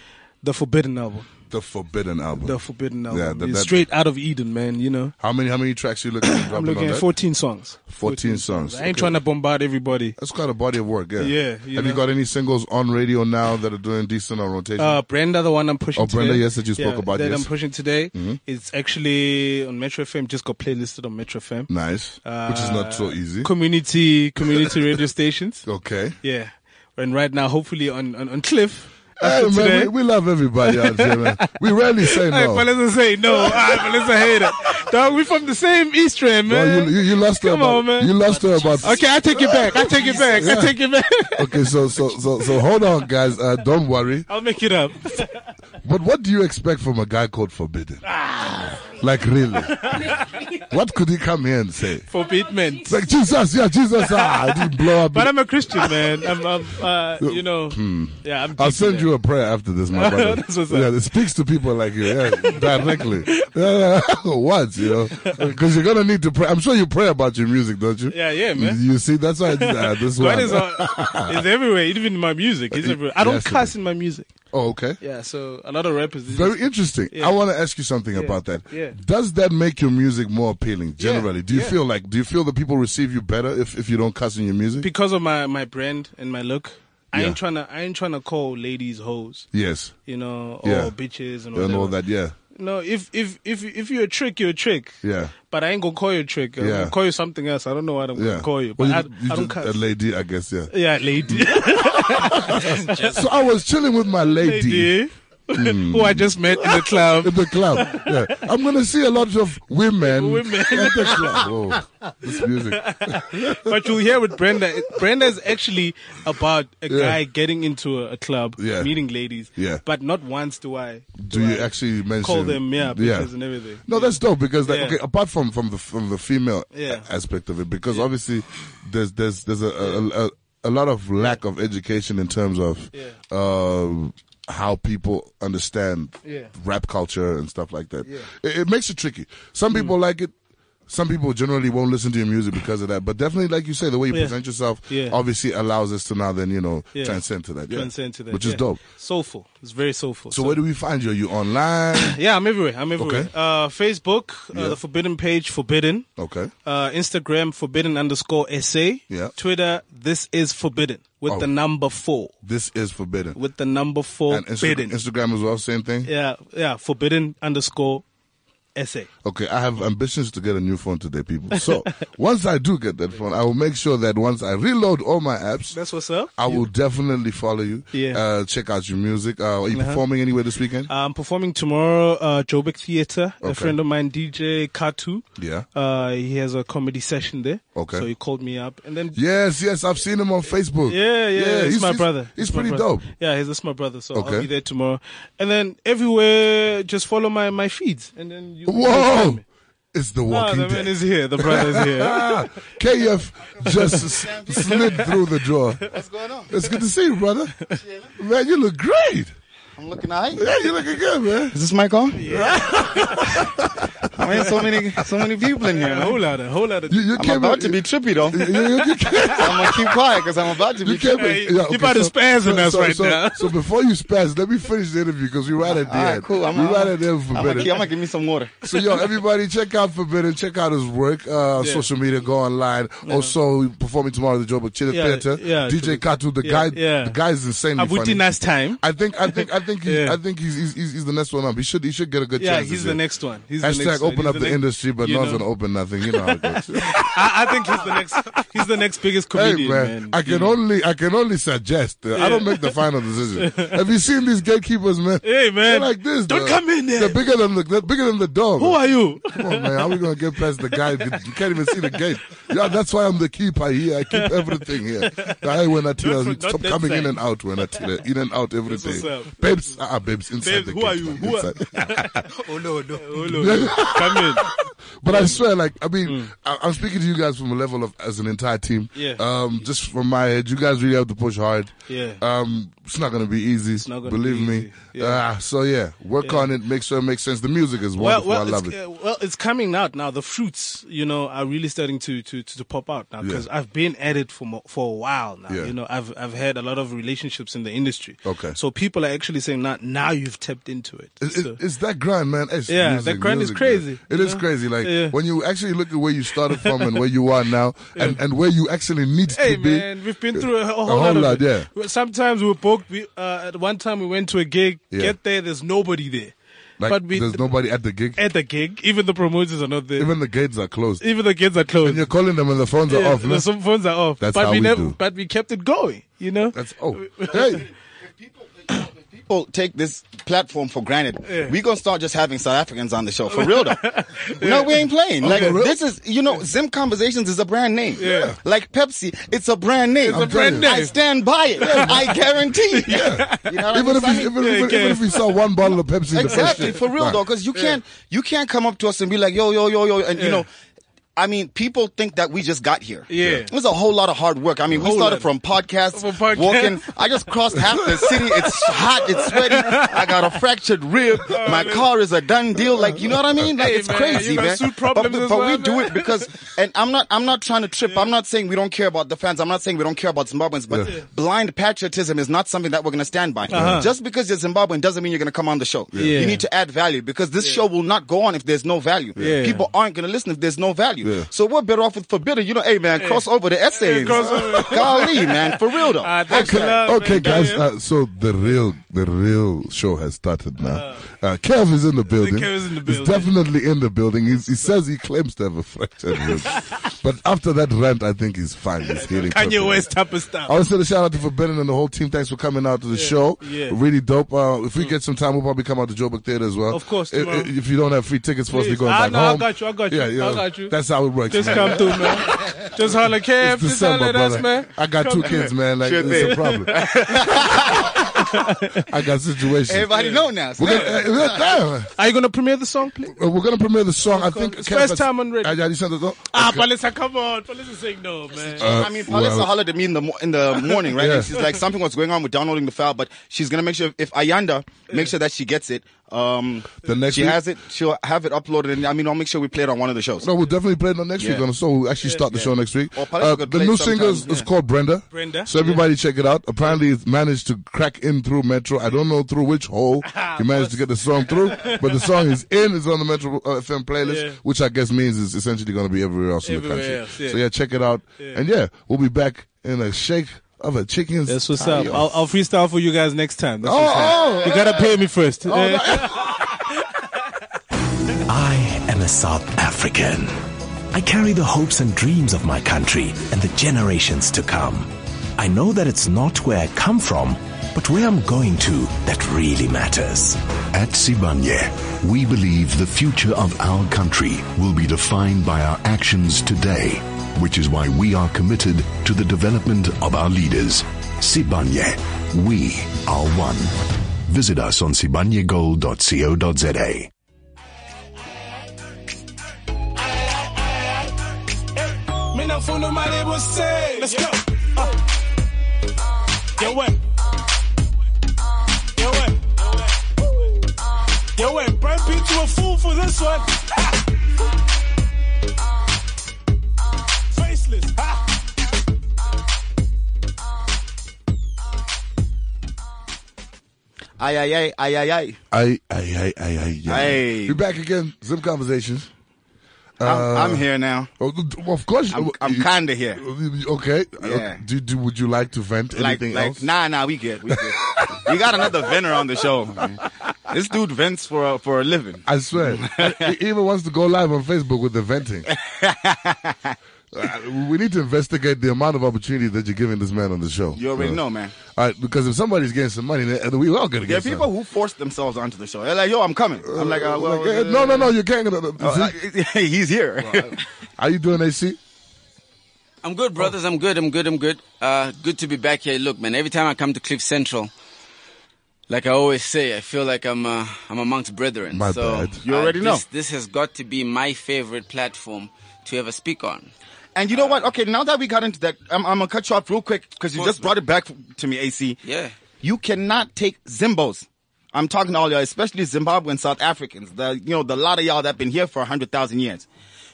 The Forbidden album. The Forbidden album. The Forbidden album. that- It's that- straight out of Eden, man. You know, how many how many tracks you looking at dropping I'm on looking at that? 14 songs. 14 songs. I ain't trying to bombard everybody. That's quite a body of work, yeah. Yeah, Have you you know. got any singles on radio now that are doing decent on rotation? Uh, Brenda, the one I'm pushing. Oh, Brenda, today. yes, that you spoke Yeah, about, That yes. Mm-hmm. I'm pushing today. It's actually on Metro FM. Just got playlisted on Metro FM. nice. which is not uh, so easy. Community community radio stations. okay. Yeah, and right now, hopefully on on, on Cliff. Hey, after today. man, we, we love everybody out here, man. We rarely say Hey, no. fellas, I say no. Hey, fellas, I hate it. Dog, we from the same East Rand, Well, man. you, you, you lost her Come about, on, man. You lost her about okay, I take it back. I take it back. I take it back. Okay, so so so so hold on, guys. Uh, don't worry. I'll make it up. But what do you expect from a guy called Forbidden? Like really? what could he come here and say? For beatment. It's like Jesus, yeah, Jesus. Ah, I didn't blow up. But I'm a Christian, man. I'm, I'm uh, you know, yeah, I'm Hmm. I'll deep in send it. you a prayer after this, my brother. That's what's up. yeah, it speaks to people like you, yeah, directly. Yeah, what you know? Because you're gonna need to pray. I'm sure you pray about your music, don't you? Yeah, yeah, man. You see, that's why I did, uh, this God one. is, all, is everywhere, even in my music. It's everywhere. I don't Yes, it cuss in my music. oh, okay. Yeah, so a lot of rappers. they Very just- interesting. I want to ask you something about that. Yeah. Does that make your music more appealing generally? Do you Yeah. feel like do you feel that people receive you better if, if you don't cuss in your music? because of my, my brand and my look, I Yeah. ain't trying to I ain't trying to call ladies hoes, yes. you know, or Yeah. bitches and all, And all that, yeah. No, if if if if you're a trick, you're a trick. Yeah. But I ain't gonna call you a trick. I'm Yeah. gonna call you something else. I don't know what I'm Yeah. gonna call you. But Well, I, you I don't just- a cuss. lady, I guess, yeah. yeah, lady. So I was chilling with my lady. lady. Hmm. Who I just met in the club. in the club. Yeah. I'm gonna see a lot of women, Women. at the club. Whoa, this music. but you'll hear with Brenda. it- Brenda is actually about a Yeah. guy getting into a, a club, Yeah. meeting ladies. Yeah. But not once do I Do you actually mention call them yeah, bitches and everything. No, that's dope because like Yeah. okay, apart from from the from the female Yeah. a- aspect of it, because obviously there's there's there's a a, a, a lot of lack of education in terms of Yeah. uh, how people understand Yeah. rap culture and stuff like that. It, it makes it tricky. Some Hmm. people like it. Some people generally won't listen to your music because of that, but definitely, like you say, the way you Yeah. present yourself Yeah. obviously allows us to now then you know Yeah. transcend to that, yeah. Transcend to that. which yeah. is dope. Soulful. It's very soulful. So, where do we find you? Are you online? yeah, I'm everywhere. I'm everywhere. Okay. Uh, Facebook, uh, the Forbidden page, Forbidden. okay, Uh, Instagram, Forbidden underscore SA. Yeah. Twitter, this is Forbidden with Oh. the number four. this is forbidden. With the number four, and Insta- Forbidden. Instagram as well, same thing. yeah, yeah, Forbidden underscore SA. Okay, I have ambitions to get a new phone today, people. So once I do get that phone, I will make sure that once I reload all my apps, That's what's up. I will definitely follow you. Yeah. Uh-huh. Uh, Uh, check out your music. Uh, are you performing anywhere this weekend? I'm performing tomorrow, uh, Joburg Theatre. A Okay. friend of mine, DJ Katu. Yeah. Uh, he has a comedy session there. Okay. So he called me up, and then yes, yes, I've seen him on Facebook. yeah, yeah, he's, my brother. He's, my pretty brother. dope. Yeah, he's that's my brother. So Okay. I'll be there tomorrow, and then everywhere, just follow my my feeds, and then you. you'll find Whoa! me. It's the Ah, walking the man dead. is here. The brother is here. Ah, KF just s- slid through the drawer. what's going on? It's good to see you, brother. Man, you look great. I'm looking alright. Yeah, you looking good, man. Is this mic on? Yeah. Why are so many so many people in here? A man? whole lot of, whole lot of. You, you I'm came about in- to be trippy though. You, you- you came- I'm gonna keep quiet because I'm about to you be. came trippy. Hey, in. you about to spaz on us right so, now. So before you spaz, let me finish the interview because we're right at the All right, end. cool. I'm, we're I'm, right at the end for I'm, minute. gonna, I'm gonna give me some water. So yo, everybody, check out Forbidden. Check out his work, uh, Yeah. social media. Go online. Also performing tomorrow at the Joburg Chile Yeah, Theater. yeah, DJ Katu, the Yeah, guy, yeah. the guy is insanely funny. Abuti nice time. I think, I think, I think, he, Yeah. I think he's, he's he's he's the next one up. He should he should get a good Yeah, chance. this he's the year. next one. He's the Hashtag next one. open He's up the the, next- industry, but you no one's know. gonna open nothing. You know how it goes. I, I think he's the next. He's the next biggest hey comedian, man, man. I can only I can only suggest. Uh, I don't make the final decision. Have you seen these gatekeepers, man? Hey, man. They're like this. Don't though. come in there. They're bigger than the they're bigger than the dog. Who are you? Come on, man. How we gonna get past the guy? You can't even see the gate. Yeah, that's why I'm the keeper here. I keep everything here. I when I tell Not for- not stop that coming in side. and out when I tell her. in and out every That's what's day. up. Babes, ah, ah, babes, Babes, inside the who gate, are you? man, Who are- inside. Oh no, no, oh no. Come in. But I swear, like, I mean, I, I'm speaking to you guys from a level of as an entire Mm. team. Yeah. Um, just from my head, you guys really have to push hard. Yeah. Um, it's not gonna be easy. not gonna believe be me. easy. Yeah. Uh, so yeah, work on it. Make sure it makes sense. The music is Well, wonderful. well, I love it's, it. uh, well, it's coming out now. The fruits, you know, are really starting to to to, to pop out now because Yeah. I've been at it for mo- for a while now. Yeah. You know, I've I've had a lot of relationships in the industry. Okay. so people are actually saying now now you've tapped into it. It's, So- it's, it's that grind, man. It's Yeah, music, that grind is music, man. crazy, It you is know? crazy. Like Yeah. when you actually look at where you started from and where you are now, and, and where you actually need Hey to be. man, we've been through a, whole, whole lot, lot, of it. yeah. Well, Sometimes we were booked. We, uh, at one time we went to a gig. Yeah. Get there, there's nobody there. Like but we there's nobody at the gig. at the gig, even the promoters are not there. Even, Even the gates are closed. the kids are closed. And you're calling them and the phones Yeah, are off. the- no? some phones are off. That's but how we, we never, do. but we kept it going. You know. That's oh hey. People take this platform for granted. We gonna start just having South Africans on the show for real though. No, we ain't playing. Like for real? this is you know Zim Conversations is a brand name. Yeah. Like Pepsi, it's a brand name. It's a brand name. I stand by it. I guarantee. Yeah. You know what even I'm if, we, saying? even, Yeah, even, okay. even if we saw one bottle of Pepsi, the first Exactly, year. for real Nah. though, because you can't you can't come up to us and be like, yo, yo, yo, yo, and you know. I mean, people think that we just got here. Yeah. It was a whole lot of hard work. I mean, we Whole started lot. from podcasts, From podcasts. walking. I just crossed half the city. It's hot. It's sweaty. I got a fractured rib. My car is a done deal. Like, you know what I mean? Like, Oh, Hey, it's man, crazy, you got man. suit problems but as but well, we do man. it because, and I'm not, I'm not trying to trip. I'm not saying we don't care about the fans. I'm not saying we don't care about Zimbabweans, but blind patriotism is not something that we're going to stand by. Uh-huh. Just because you're Zimbabwean doesn't mean you're going to come on the show. Yeah. You need to add value because this show will not go on if there's no value. Yeah. People aren't going to listen if there's no value. Yeah. So we're better off with forbidden. You know, hey man, cross over the essays. cross over. Golly, man, for real though. Ah, thanks a Hashtag. lot, Okay, man. guys. Yeah. Uh, so the real, the real show has started now. Uh, Kev is in the building. Kev is in the He's building. definitely in the building. He's, he says he claims to have a fractured rib, but after that rant, I think he's fine. He's healing. Kanye perfectly. West type of I stuff. want to send a shout out to Forbidden and the whole team. Thanks for coming out to the show. yeah. Mm. Really dope. Uh, if we get some time, we'll probably come out to Joburg Theater as well. Of course, If, tomorrow. if you don't have free tickets for us, we're Please. going Ah, back no, I home. got you, I got you, Yeah, I got you. That's how it works. Just man. come through, man. Just holler, Kev. It's Just holler December, at us, brother. man. I got two kids, man. Like, Sure it's a problem. I got situations. Everybody know now. We're gonna, uh, uh, damn. Are you gonna premiere the song, please? Uh, we're gonna premiere the song. I think It's first time on radio. Uh, yeah, you sent it. Ah, Palisa, come on. Palisa saying no, man. I mean, Palisa uh, well- hollered at me in the mo- in the morning, right? Yeah. And she's like, something was going on with downloading the file, but she's gonna make sure if Ayanda make sure that she gets it. Um, The next she week? has it. She'll have it uploaded, and I mean, I'll make sure we play it on one of the shows. No, we'll definitely play it on next Yeah. week. On the show, we'll actually start the show next week. Uh, Or Palisa could the play new it sometime, single is, is yeah. called Brenda. Brenda, So everybody check it out. Apparently, it's managed to crack in through Metro. I don't know through which hole Ah, he managed to get the song through, but the song is in. It's on the Metro uh, FM playlist, Yeah. which I guess means it's essentially going to be everywhere else Everywhere in the country. else, yeah. So yeah, check it out. And yeah, we'll be back in a shake of a chicken's. That's what's up. I'll, I'll freestyle for you guys next time. That's Oh, what's up. oh, you gotta pay me first. Eh? I am a South African. I carry the hopes and dreams of my country and the generations to come. I know that it's not where I come from, but where I'm going to that really matters. At Sibanye, we believe the future of our country will be defined by our actions today, which is why we are committed to the development of our leaders. Sibanye, we are one. Visit us on sibanyegold.co.za. Mina funa mali buse. Let's go. Yo way. Yo way. Yo way. Brad Pitt to a fool for this one. Ha. Faceless. Ha! Ay, ay, ay, ay, ay, ay. I, I, I, I, I, yeah. Hey. We're back again. Zim conversations. I'm, I'm here now. Oh, th- Of course, I'm, I'm kind of here. of okay. Yeah. Do, do would you like to vent Like, anything like, else? nah, nah, we good. We good. we got another venter on the show. man. This dude vents for a, for a living. I swear, he even wants to go live on Facebook with the venting. Uh, we need to investigate the amount of opportunity that you're giving this man on the show. Uh, You already know, man. All right, because if somebody's getting some money, then uh, we all gonna There are get some. people who force themselves onto the show. They're like, yo, I'm coming. I'm like, uh, well, Like, eh, no, no, no, you can't. no, no. uh, he's here. Are you doing AC? I'm good, Oh. brothers. I'm good. I'm good. I'm good. Uh, good to be back here. Look, man, every time I come to Cliff Central, like I always say, I feel like I'm uh, I'm amongst brethren. My so, bad. You already this, know. This has got to be my favorite platform to ever speak on. And you know what? Okay, now that we got into that, I'm, I'm gonna cut you off real quick because you course, just brought it back to me, AC. Yeah. You cannot take Zimbos. I'm talking to all y'all, especially Zimbabwean South Africans. The you know the lot of y'all that been here for hundred thousand years.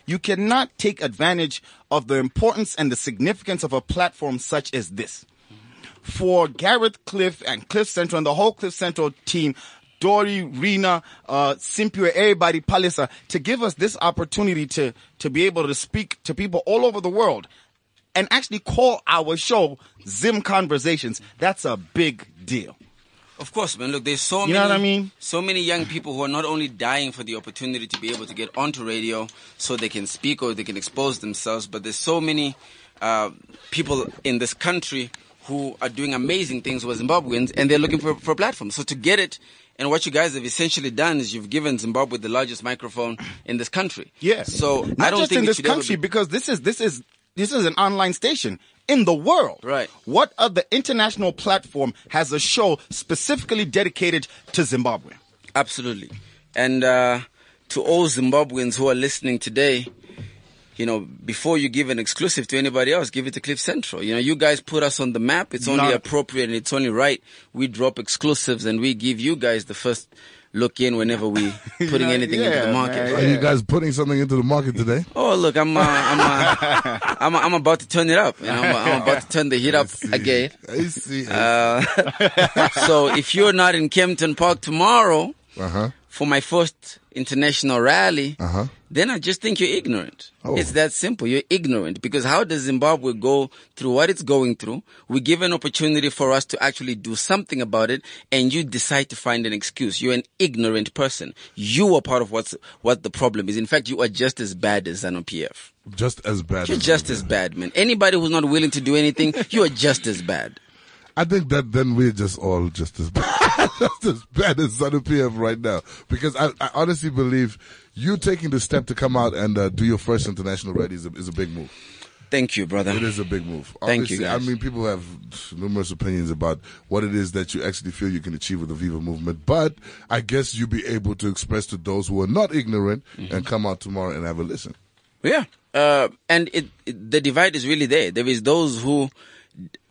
You cannot take advantage of the importance and the significance of a platform such as this. For Garrett Cliff and Cliff Central and the whole Cliff Central team, Dory, Rena, uh, Simpure, everybody, Palisa, to give us this opportunity to, to be able to speak to people all over the world and actually call our show Zim Conversations. That's a big deal. Of course, man. Look, there's so You many, know what I mean? so many young people who are not only dying for the opportunity to be able to get onto radio so they can speak or they can expose themselves, but there's so many uh, people in this country who are doing amazing things with Zimbabweans and they're looking for, for a platform. So to get it, and what you guys have essentially done is you've given Zimbabwe the largest microphone in this country. Yeah. So not I don't just think in it this should ever country be- because this is this is this is an online station in the world. Right. What other international platform has a show specifically dedicated to Zimbabwe? Absolutely. And uh, to all Zimbabweans who are listening today, you know, before you give an exclusive to anybody else, give it to Cliff Central. You know, you guys put us on the map. It's only Not- appropriate and it's only right. We drop exclusives and we give you guys the first look in whenever we putting Yeah, anything into yeah, the market. man, Are you guys putting something into the market today? Oh look, I'm uh, I'm uh, I'm, I'm about to turn it up. You know, I'm, I'm about to turn the heat up again. I see. Uh, so if you're not in Kempton Park tomorrow, Uh-huh. for my first international rally, Uh-huh. then I just think you're ignorant. Oh. It's that simple. You're ignorant because how does Zimbabwe go through what it's going through? We give an opportunity for us to actually do something about it, and you decide to find an excuse. You're an ignorant person. You are part of what's what the problem is. In fact, you are just as bad as ZANU PF. Just as bad. You're as just as bad, man. Anybody who's not willing to do anything, you are just as bad. I think that then we're just all just as bad, just as bad as Zanu PF right now. Because I, I honestly believe you taking the step to come out and uh, do your first international rally is a, is a big move. Thank you, brother. It is a big move. Thank you, Obviously, guys. I mean, people have numerous opinions about what it is that you actually feel you can achieve with the Viva movement, but I guess you'll be able to express to those who are not ignorant Mm-hmm. and come out tomorrow and have a listen. Yeah, uh, and it, it, the divide is really there. There is those who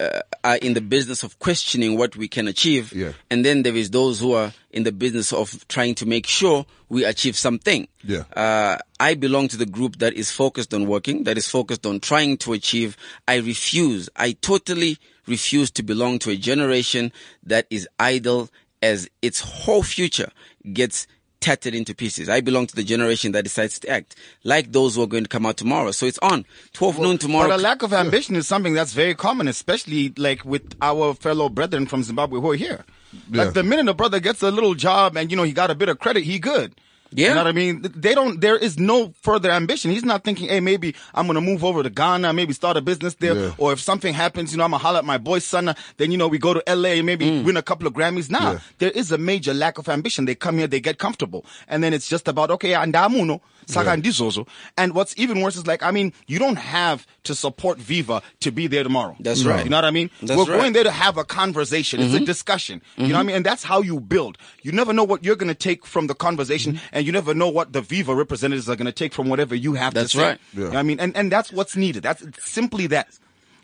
uh, are in the business of questioning what we can achieve, Yeah. and then there is those who are in the business of trying to make sure we achieve something. Yeah. Uh, I belong to the group that is focused on working, that is focused on trying to achieve. I refuse. I totally refuse to belong to a generation that is idle as its whole future gets tattered into pieces. I belong to the generation that decides to act like those who are going to come out tomorrow. So it's on 12 noon tomorrow. But a lack of ambition is something that's very common, especially like with our fellow brethren from Zimbabwe who are here. Yeah. Like the minute a brother gets a little job and you know he got a bit of credit, he good. Yeah. You know what I mean? They don't, there is no further ambition. He's not thinking, hey, maybe I'm going to move over to Ghana, maybe start a business there. Yeah. Or if something happens, you know, I'm going to holler at my boy, son. Then, you know, we go to LA, maybe Mm. win a couple of Grammys. Nah, Yeah. there is a major lack of ambition. They come here, they get comfortable. And then it's just about, okay, andamuno, sakandizozo. And what's even worse is like, I mean, you don't have to support Viva to be there tomorrow. That's No. right. You know what I mean? That's We're right. Mm-hmm. going there to have a conversation. It's a discussion. You know what I mean? And that's how you build. You never know what you're going to take from the conversation Mm-hmm. and you never know what the Viva representatives are going to take from whatever you have That's to say. right. Yeah. You know what I mean? And, and that's what's needed. That's it's simply that.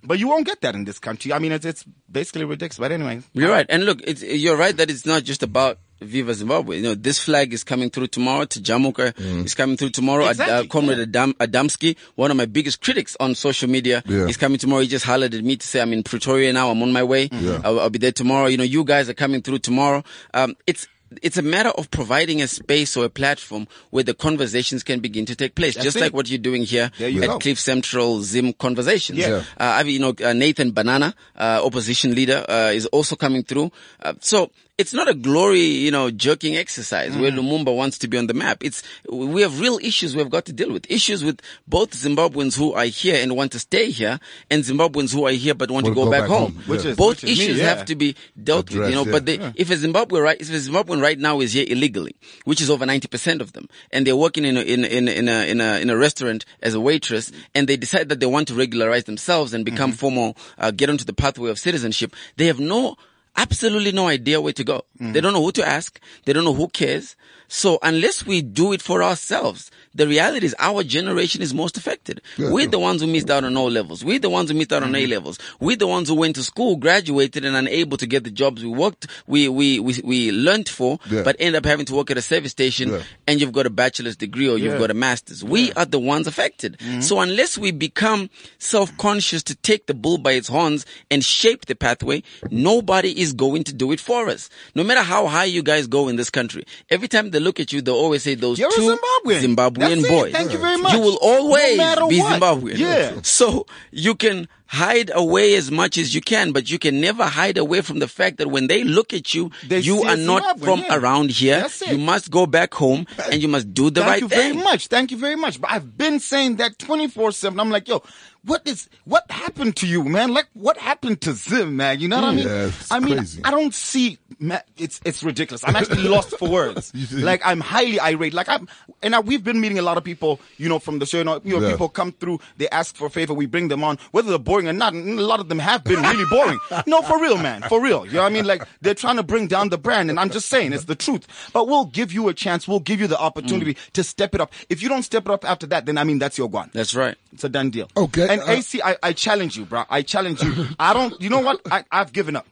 But you won't get that in this country. I mean, it's, it's basically ridiculous. But anyway, You're right. And look, it's, you're right that it's not just about Viva Zimbabwe. You know, this flag is coming through tomorrow. Tajamuka is coming through tomorrow. Ad- Exactly, uh, Comrade Adam- Adamski, one of my biggest critics on social media, Yeah. is coming tomorrow. He just hollered at me to say, I'm in Pretoria now. I'm on my way. I'll, I'll be there tomorrow. You know, you guys are coming through tomorrow. Um, it's, it's a matter of providing a space or a platform where the conversations can begin to take place, just it. like what you're doing here There you at go. Cliff Central Zim Conversations. Yeah. Yeah. Uh, I've, you know, uh, Nathan Banana, uh, opposition leader, uh, is also coming through. Uh, so it's not a glory, you know, jerking exercise where Mm. Lumumba wants to be on the map. It's, we have real issues we've got to deal with. Issues with both Zimbabweans who are here and want to stay here and Zimbabweans who are here but want to Wanna go, back, home. Which is- both which is me, issues yeah. have to be dealt with, you know, Addressed, yeah. but they, if a Zimbabwe right, if a Zimbabwean right now is here illegally, which is over 90% of them, and they're working in a, in, in, in a, in a, in a restaurant as a waitress, and they decide that they want to regularize themselves and Mm-hmm. become formal, uh, get onto the pathway of citizenship, they have no, absolutely no idea where to go. Mm-hmm. They don't know who to ask. They don't know who cares. So unless we do it for ourselves, the reality is our generation is most affected. We're the ones who missed out on O levels. We're the ones who missed out on A levels. We're the ones who went to school, graduated, and unable to get the jobs we worked, we we we, we learned for, Yeah. but end up having to work at a service station. Yeah. And you've got a bachelor's degree or you've got a master's. We are the ones affected. Mm-hmm. So unless we become self-conscious to take the bull by its horns and shape the pathway, nobody is going to do it for us. No matter how high you guys go in this country, every time they look at you, they always say those You're a two Zimbabwean. That's it. boys. Thank you very much. You will always No matter be what. Zimbabwean. Yeah. So you can hide away as much as you can, but you can never hide away from the fact that when they look at you, They you see are a not Zimbabwean, from yeah. around here. That's it. You must go back home and you must do the Thank right you thing. very much. Thank you very much. But I've been saying that 24 7. I'm like, yo, what is, what happened to you, man? Like, what happened to Zim, man? You know what I mean? Yeah, it's I mean, crazy. I don't see, ma it's, it's ridiculous. I'm actually lost for words. You see? Like, I'm highly irate. Like, I'm, and I, we've been meeting a lot of people, you know, from the show. You know, you know Yeah. people come through, they ask for a favor, we bring them on, whether they're boring or not. And a lot of them have been really boring. No, for real, man. For real. You know what I mean? Like, they're trying to bring down the brand, and I'm just saying, it's the truth. But we'll give you a chance, we'll give you the opportunity Mm. to step it up. If you don't step it up after that, then I mean, that's your one. That's right. It's a done deal. Okay, And uh, AC, I, I challenge you, bro. I challenge you. I don't, you know what? I, I've given up.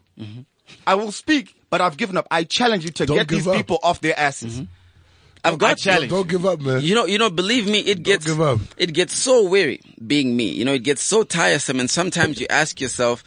I will speak, but I've given up. I challenge you to Mm-hmm. Don't get these give up. Mm-hmm. people off their asses. I've got challenge. Don't give up, man. You know, you know. Believe me, it gets give up. it gets so weary being me. You know, it gets so tiresome, and sometimes you ask yourself,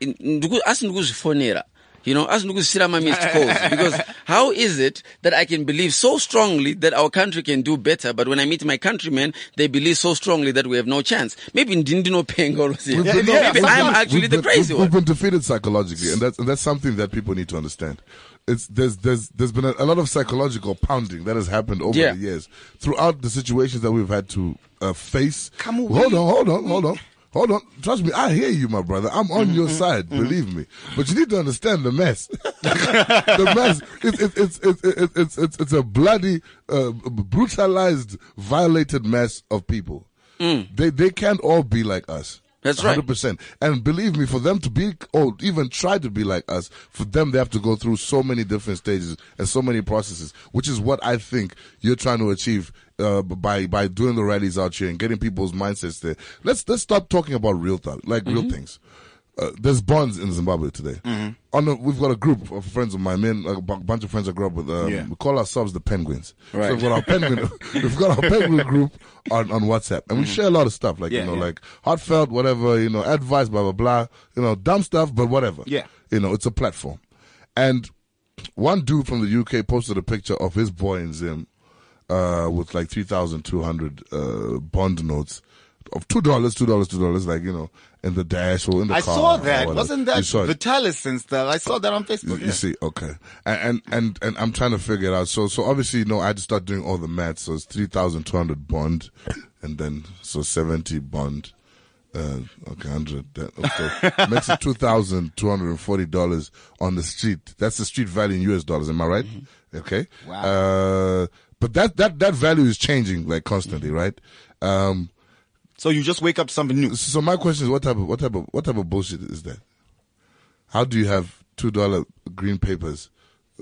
"In- ndiku- asi ndikuzifonera?" You know, asi ndikuzisirama missed calls because how is it that I can believe so strongly that our country can do better, but when I meet my countrymen, they believe so strongly that we have no chance? Maybe ndindino penga or We've been- no, Maybe we've I'm been- actually we've the been- crazy we've, one. We've been defeated psychologically, and that's and that's something that people need to understand. It's there's there's there's been a, a lot of psychological pounding that has happened over Yeah. the years throughout the situations that we've had to uh, face. Come on, hold we- on, hold on, hold on. Hold on, trust me, I hear you, my brother. I'm on your Mm-hmm, side, believe me. But you need to understand the mess. the mess. It's it's it's it's it's it's, it's, it's a bloody, uh, brutalized, violated mess of people. Mm. They they can't all be like us. That's right. 100%. And believe me, for them to be or even try to be like us, for them they have to go through so many different stages and so many processes, which is what I think you're trying to achieve uh, by by doing the rallies out here and getting people's mindsets there. Let's let's stop talking about real th- like real things. Uh, there's bonds in Zimbabwe today. On a, we've got a group of friends of mine, men, a bu- bunch of friends I grew up with. Um, Yeah. We call ourselves the Penguins. Right. So we've got our penguin, we've got our penguin group on, on WhatsApp, and we share a lot of stuff, like you Yeah, know, yeah. like heartfelt, whatever, you know, advice, blah blah blah, you know, dumb stuff, but whatever. Yeah. you know, it's a platform. And one dude from the UK posted a picture of his boy in Zim uh, with like 3,200 uh, bond notes of $2, $2, $2, like, you know, in the dash or in the I car. saw or that. whatever. Wasn't You that saw it. Vitalis and stuff? I saw that on You, Facebook. you yeah. see, okay, and, and and and I'm trying to figure it out. So so obviously, you know, I had to start doing all the math. So it's three thousand two hundred bond, and then so seventy bond, uh, okay, hundred. That okay. makes it two thousand two hundred and forty dollars on the street. That's the street value in U.S. dollars. Am I right? Mm-hmm. Okay. Wow. Uh, but that that that value is changing like constantly, right? Um. So you just wake up something new. So my question is, what type of what type of what type of bullshit is that? How do you have two dollar green papers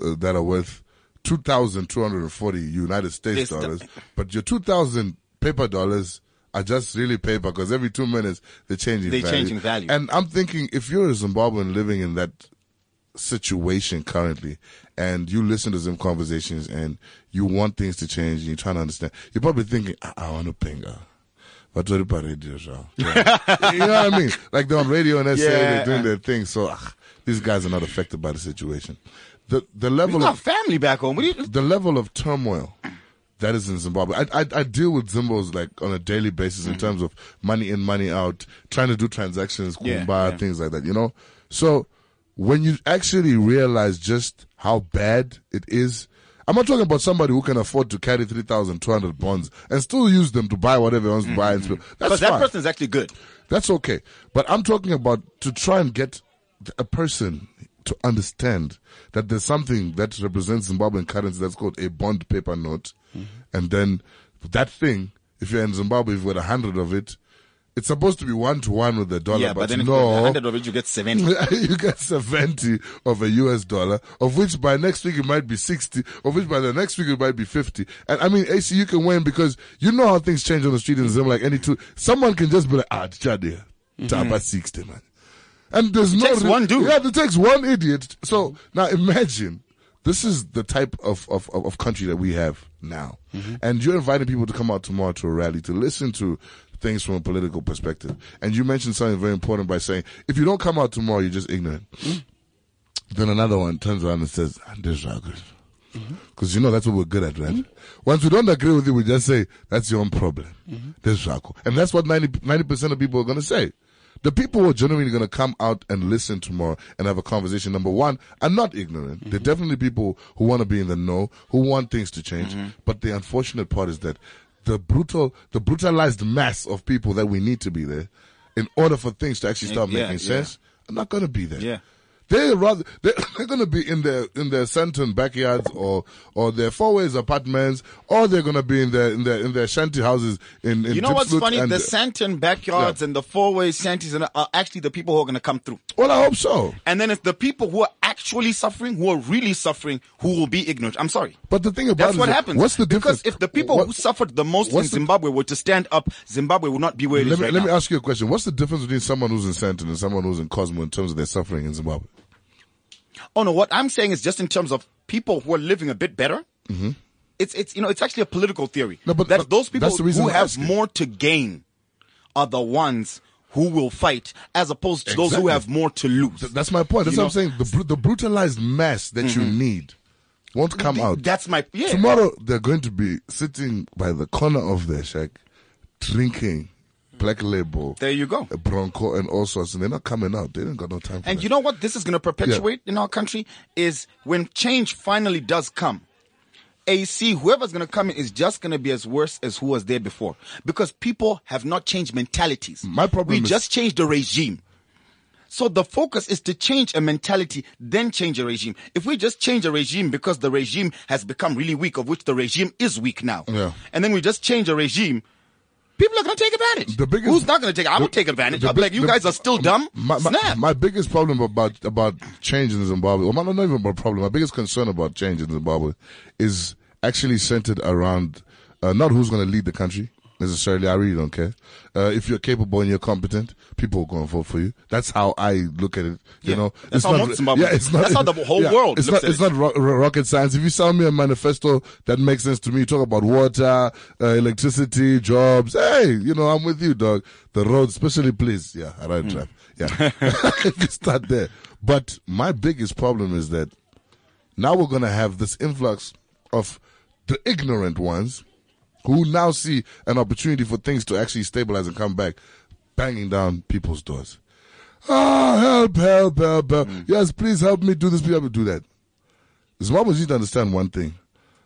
uh, that are worth two thousand two hundred and forty United States It's the- dollars, but your two thousand paper dollars are just really paper because every two minutes they're changing They're value. changing value. And I'm thinking, if you're a Zimbabwean living in that situation currently, and you listen to Zim conversations and you want things to change, and you're trying to understand, you're probably thinking, I, I want to ping her. But what about radio show? Yeah. you know what I mean? Like they're on radio and they're saying Yeah. they're doing their thing. So ah, these guys are not affected by the situation. The the We level got of family back home. What do you? the level of turmoil that is in Zimbabwe. I, I, I deal with Zimbos like on a daily basis Mm-hmm. in terms of money in, money out, trying to do transactions, Yeah, kumbaya, yeah. things like that, you know? So when you actually realize just how bad it is, I'm not talking about somebody who can afford to carry 3,200 bonds and still use them to buy whatever he wants to buy. And spend. That's Because Mm-hmm. that fine. person is actually good. That's okay. But I'm talking about to try and get a person to understand that there's something that represents Zimbabwean currency that's called a bond paper note. Mm-hmm. And then that thing, if you're in Zimbabwe, if you've got a hundred of it, it's supposed to be one to one with the dollar, yeah, but, but, then if no. you get 100 of it, you get 70. you get 70 of a US dollar, of which by next week it might be 60, of which by the next week it might be 50. And I mean, AC, you can win because you know how things change on the street in Zim. Like any two, someone can just be like, ah, Chadi, Taba 60, man. And there's no. takes one dude. Yeah, it takes one idiot. So now imagine. This is the type of, of, of of country that we have now. Mm-hmm. And you're inviting people to come out tomorrow to a rally to listen to things from a political perspective. And you mentioned something very important by saying, if you don't come out tomorrow, you're just ignorant. Mm. Then another one turns around and says, "Ah, this is good. Because you know that's what we're good at, right? Once we don't agree with you, we just say, that's your own problem. This is Rako. And that's what 90, percent of people are going to say. The people who are genuinely going to come out and listen tomorrow and have a conversation, number one, are not ignorant. They're definitely people who want to be in the know, who want things to change. But the unfortunate part is that the brutal, the brutalized mass of people that we need to be there in order for things to actually start Yeah, making yeah. sense are not going to be there. Yeah. They rather they- they're gonna be in their in their Santon backyards or or their four ways apartments or they're gonna be in their in their in their shanty houses in, in You know what's Diepsloot funny? and- The Santon backyards and the four-way Santis and- uh, are actually the people who are going to come through. well, I hope so. And then it's the people who are actually suffering, who are really suffering, who will be ignorant. I'm sorry. But the thing about That's it is what that- happens. What's the because difference? if the people What- who suffered the most in what's the- Zimbabwe were to stand up, Zimbabwe would not be where it is let me right let now. me ask you a question. What's the difference between someone who's in Santon and someone who's in Cosmo in terms of their suffering in Zimbabwe? Oh no, what I'm saying is just in terms of people who are living a bit better. It's it's you know it's actually a political theory. Mm-hmm. No, but- that but those people that's the reason who I'm have asking. more to gain are the ones who will fight, as opposed to those who Exactly. have more to lose. Th- That's my point. That's You Mm-hmm. what I'm saying. The bru- the brutalized mass that you need won't come out. That's my yeah. Tomorrow they're going to be sitting by the corner of their shack, drinking Black Label, There you go. a Bronco, and all sorts, and they're not coming out. They didn't got no time. For And that. you know what this is going to perpetuate in our country is when change finally does come. AC, whoever's going to come in is just going to be as worse as who was there before because people have not changed mentalities. My problem we is- just changed the regime. So the focus is to change a mentality, then change a regime. If we just change a regime because the regime has become really weak, of which the regime is weak now, Yeah. and then we just change a regime, people are going to take advantage. The biggest- Who's not going to take? I the- would take advantage. the I'll be big- like, you the- guys are still dumb. my, my, Snap. my biggest problem about about change in Zimbabwe, or not not even about problem. My biggest concern about change in Zimbabwe is actually centered around uh, not who's going to lead the country necessarily. I really don't care. Uh, if you're capable and you're competent, people will go and vote for you. That's how I look at it. You Yeah. know, That's how most Zimbabwe- that's how the whole world It's looks not. at it's it. not ro- ro- rocket science. If you sell me a manifesto that makes sense to me, you talk about water, uh, electricity, jobs. Hey, you know, I'm with you, dog. The roads, especially, please. Yeah, I don't drive. Yeah, If you start there. But my biggest problem is that now we're going to have this influx of the ignorant ones who now see an opportunity for things to actually stabilize and come back, banging down people's doors. Ah, help, help, help, help. Yes, please help me do this, please help me do that. Zimbabweans need to understand one thing.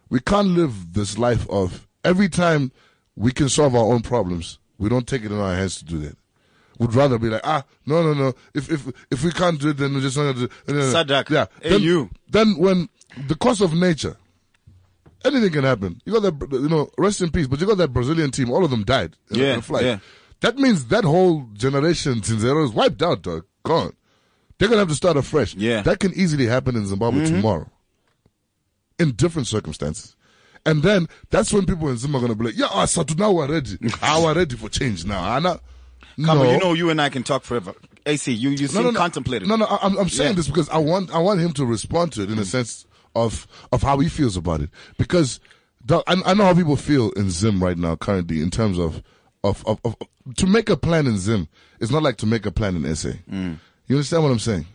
We can't live this life of every time we can solve our own problems, we don't take it in our hands to do that. We'd rather be like, ah, no, no, no. If if if we can't do it, then we're just not gonna do it. No, no, no. Sadak, Yeah. hey, then, you. Then when the course of nature, anything can happen. You got that, you know, rest in peace. But you got that Brazilian team. All of them died in, Yeah, in a flight. yeah. That means that whole generation Cinzero is wiped out, dog. Gone. They're gonna have to start afresh. Yeah. Mm-hmm. That can easily happen in Zimbabwe tomorrow. In different circumstances. And then that's when people in Zimbabwe are gonna be like, yeah, ah, Satu, now we're ready. Ah, we're ready for change now. Anna. Come no. on, you know you and I can talk forever. AC, you, you seem contemplative. No, no, I- I'm, I'm saying Yeah. Hmm. this because I want I want him to respond to it in a sense of of how he feels about it. Because the, I, I know how people feel in Zim right now, currently, in terms of of, of, of to make a plan in Zim. It's not like to make a plan in SA. Hmm. You understand what I'm saying?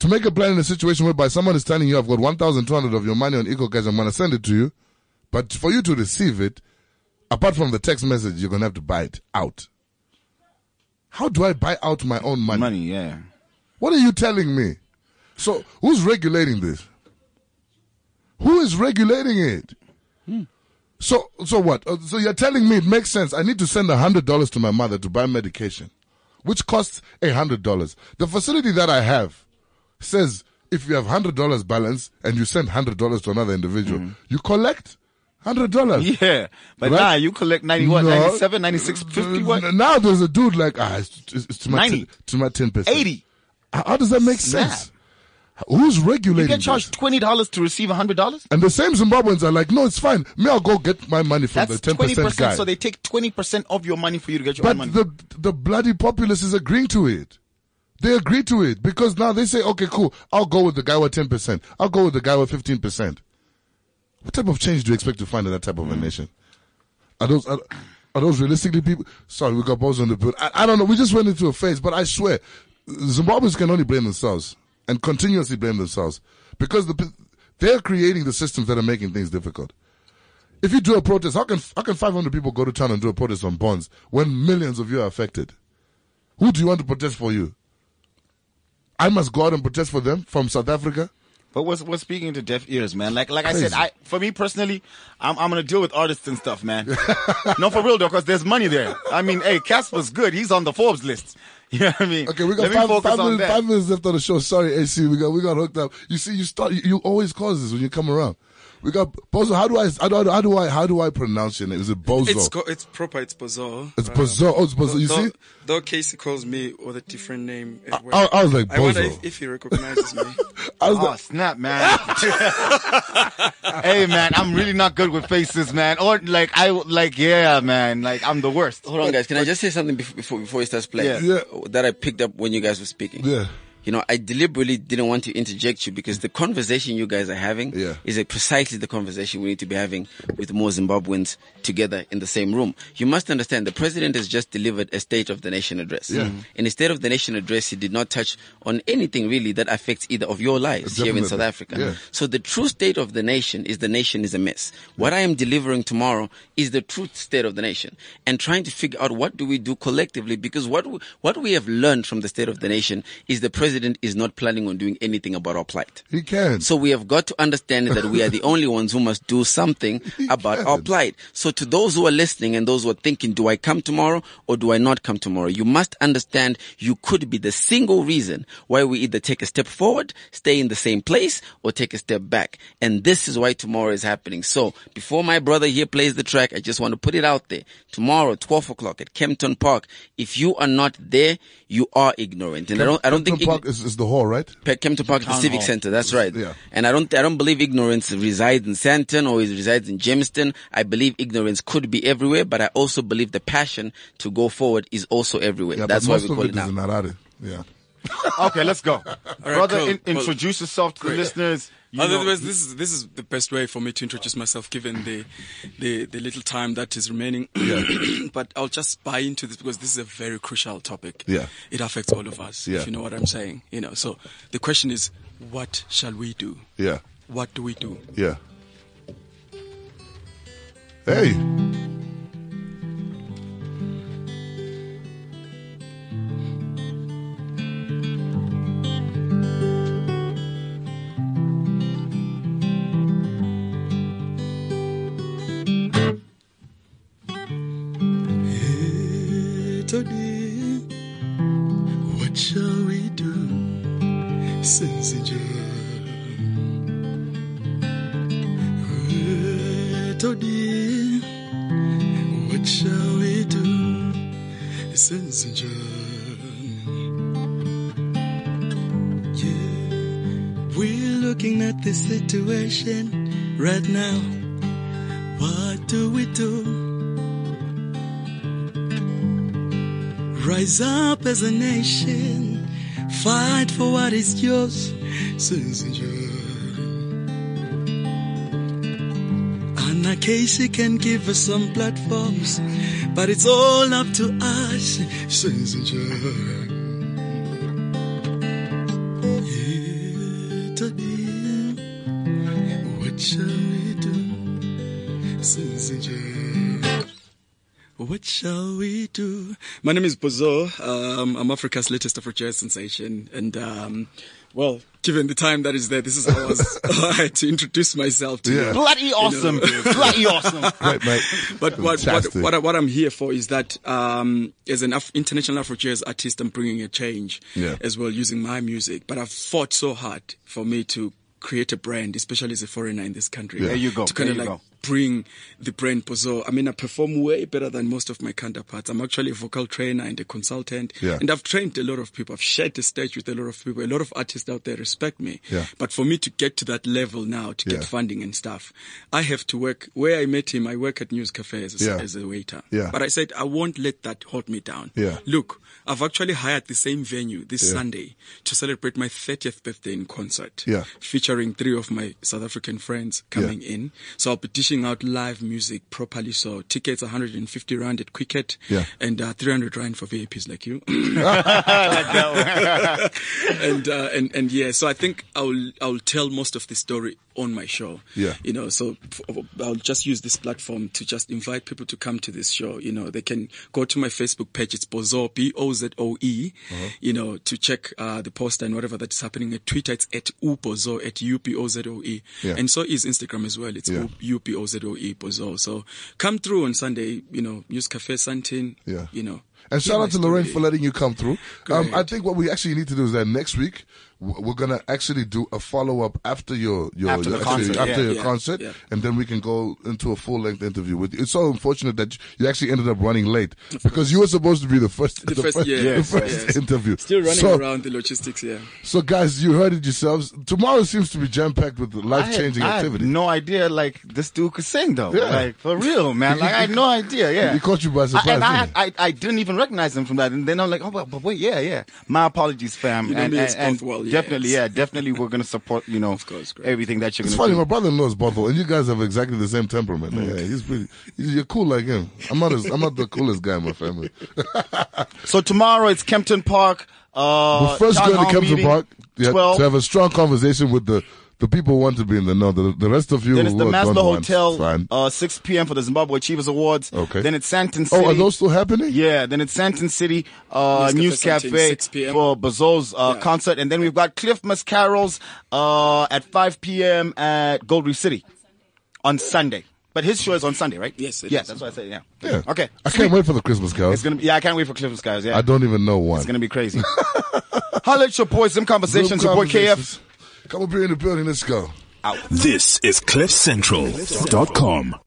To make a plan in a situation whereby someone is telling you, I've got 1,200 of your money on EcoCash, I'm going to send it to you. But for you to receive it, apart from the text message, you're going to have to buy it out. How do I buy out my own Money, yeah. what are you telling me? So who's regulating this? Who is regulating it? So so what? Uh, So you're telling me it makes sense. I need to send a hundred dollars to my mother to buy medication, which costs a hundred dollars. The facility that I have says if you have hundred dollars balance and you send hundred dollars to another individual, you collect hundred dollars. Yeah. But Right? nah, you collect 90 what? No. 97, 96, 50 what? N- Now there's a dude like ah, it's, it's, it's to my 90. ten- to my ten percent. 80. How, how does that make Snap. sense? Who's regulating? You get this? charged $20 to receive $100? And the same Zimbabweans are like, no, it's fine. Me, I'll go get my money from That's the 10% 20%, guy. so they take 20% of your money for you to get your but own money. the the bloody populace is agreeing to it. They agree to it because now they say, okay, cool. I'll go with the guy with 10%. I'll go with the guy with 15%. What type of change do you expect to find in that type of a nation? Are those, are, are those realistically people? Sorry, we got balls on the boot. I, I don't know. We just went into a phase, but I swear, Zimbabweans can only blame themselves and continuously blame themselves because the, p- they're creating the systems that are making things difficult. If you do a protest, how can how can 500 people go to town and do a protest on bonds when millions of you are affected? Who do you want to protest for you? I must go out and protest for them from South Africa. But we're, we're speaking to deaf ears, man. Like like I Crazy. said, I for me personally, I'm I'm gonna deal with artists and stuff, man. no, for real though, because there's money there. I mean, hey, Casper's good. He's on the Forbes list. You know what I mean? Okay, we got Let five, me focus five, on minutes, that. five minutes left on the show. Sorry, AC, we got we got hooked up. You see, you start you, you always cause this when you come around. We got Bozo. How do I how do I how do I, how do I pronounce your name? Is it Bozo? It's co- it's proper. It's Bozo. It's Bozo. Oh, it's Bozo. You though, see, though Casey calls me with a different name. at work. I, I was like I wonder Bozo. if, if he recognizes me. I was Ah. Oh like, snap, man! hey, man, I'm really not good with faces, man. Or like I like yeah, man. Like I'm the worst. Hold on, guys. Can I just say something bef- before before you start playing? Uh, Yeah. That I picked up when you guys were speaking. Yeah. You know, I deliberately didn't want to interject you because the conversation you guys are having Yeah. is uh, precisely the conversation we need to be having with more Zimbabweans together in the same room. You must understand the president has just delivered a State of the Nation address. In the State of the Nation address, he did not touch on anything really that affects either of your lives here in Definitely. South Africa. Yeah. So the true state of the nation is the nation is a mess. What I am delivering tomorrow is the true state of the nation and trying to figure out what do we do collectively because what we, what we have learned from the state of the nation is the president is not planning on doing anything about our plight. he can. So we have got to understand that we are the only ones who must do something about our plight. So to those who are listening and those who are thinking, do I come tomorrow or do I not come tomorrow? You must understand you could be the single reason why we either take a step forward, stay in the same place or take a step back. And this is why tomorrow is happening. So before my brother here plays the track, I just want to put it out there. Tomorrow, 12 o'clock at Kempton Park. If you are not there, you are ignorant. And I don't, I don't think, Kempton ign- Park is, is the hall, right? Pe- Kempton Park, the civic center. That's right. Yeah. And I don't, I don't believe ignorance resides in Santon or it resides in Jamestown. I believe ignorance could be everywhere, but I also believe the passion to go forward is also everywhere. Yeah, that's but why most we of call it it is in now. Harare. Yeah. Okay, let's go, brother. cool. in- Well- introduce yourself to the listeners. You know- Otherwise, this is this is the best way for me to introduce myself, given the the, the little time that is remaining. but I'll just buy into this because this is a very crucial topic. Yeah. it affects all of us. Yeah. if you know what I'm saying. You know, so the question is, what shall we do? Yeah. What do we do? Yeah. Hey. Tony, what shall we do? Since Tony, what shall we do? Since yeah. We're looking at the situation right now. What do we do? Rise up as a nation, fight for what is yours. Anna Casey can give us some platforms, but it's all up to us. What shall we do? What shall we do? My name is Bozo. Um, I'm Africa's latest Afro jazz sensation, and um, well, given the time that is there, this is how I, was, how I had to introduce myself to Yeah. you. Bloody You know? awesome. Bloody awesome. Right, mate. But what, what, Fantastic. what, I- what I'm here for is that um, as an Af- international Afro jazz artist, I'm bringing a change Yeah. as well using my music. But I've fought so hard for me to create a brand, especially as a foreigner in this country. There you go, To kind of there like you bring the brand Pozo. I mean, I perform way better than most of my counterparts. I'm actually a vocal trainer and a consultant. Yeah. And I've trained a lot of people. I've shared the stage with a lot of people. A lot of artists out there respect me. Yeah. But for me to get to that level now, to get Yeah. funding and stuff, I have to work. Where I met him, I work at News Cafe as a, Yeah. as a waiter. Yeah. But I said, I won't let that hold me down. Yeah. Look, I've actually hired the same venue this Yeah. Sunday to celebrate my 30th birthday in concert. Yeah. Featuring three of my South African friends coming in. So I'll be dishing out live music properly. So tickets 150 rand at Quicket Yeah. and uh, 300 rand for VIPs like you. and uh, and and yeah, so I think I'll I'll tell most of the story on my show. Yeah. you know, so f- I'll just use this platform to just invite people to come to this show. You know, they can go to my Facebook page. It's Bozo B O Z O E. Uh-huh. You know, to check uh, the poster and whatever that is happening. At Twitter, it's at ubozo at u p o z o e. Yeah. And so is Instagram as well. It's Yeah. u p o z o e Bozo. So come through on Sunday. You know, use Cafe Santin. Yeah. you know. And hear shout my out to Lorraine story. for letting you come through. Um, I Correct. think what we actually need to do is that next week w- we're gonna actually do a follow up after your your After your, the actually- concert, after yeah, your yeah, concert, yeah. and then we can go into a full length interview with you. It's so unfortunate that you actually ended up running late because you were supposed to be the first The first- yeah, the yes, first yes. interview. Still running so, around the logistics, yeah. So guys, you heard it yourselves. Tomorrow seems to be jam packed with life changing I had- I activity. had no idea like this dude could sing though. Yeah. Like for real, man. Like I had no idea. Yeah, He caught you by surprise, I, and I, didn't had- I, I didn't even recognize him from that. And then I'm like, oh, but, but wait, yeah, yeah. My apologies, fam. You know and me and, as and Bothwell, yes. definitely, yeah, definitely, we're gonna support. You know, course, great. everything that you're It's gonna funny, do. my brother-in-law is Bothell, and you guys have exactly the same temperament. Yeah, he's pretty. he's- You're cool like him. I'm not. As, I'm not the coolest guy in my family. So tomorrow it's Kempton Park. Uh, But first, town going hall to Kempton meeting, Park yeah, Twelve. to have a strong conversation with the the people who want to be in the know. The, the rest of you Then it's who the are Maslow don't want, Hotel, fine. uh, 6 p.m. for the Zimbabwe Achievers Awards. Okay. Then it's Santon City. oh, are those still happening? Yeah, then it's Santon City uh, News News Cafe, Cafe, 6 p.m. for Bazo's uh, Yeah. concert, and then we've got Cliff Mascaro's uh, at 5 p.m. at Gold Reef City on Sunday. But his show is on Sunday, right? Yes, it yeah, is. that's what I said. Yeah. Yeah. Okay. I can't wait for the Christmas It's carols. gonna be. Yeah, I can't wait for Cliff Mascaro's. Yeah. I don't even know one. It's gonna be crazy. Holla at your boys. Some conversations. Your boy KF. Conversations. Come up here in the building. Let's go. This is CliffCentral.com.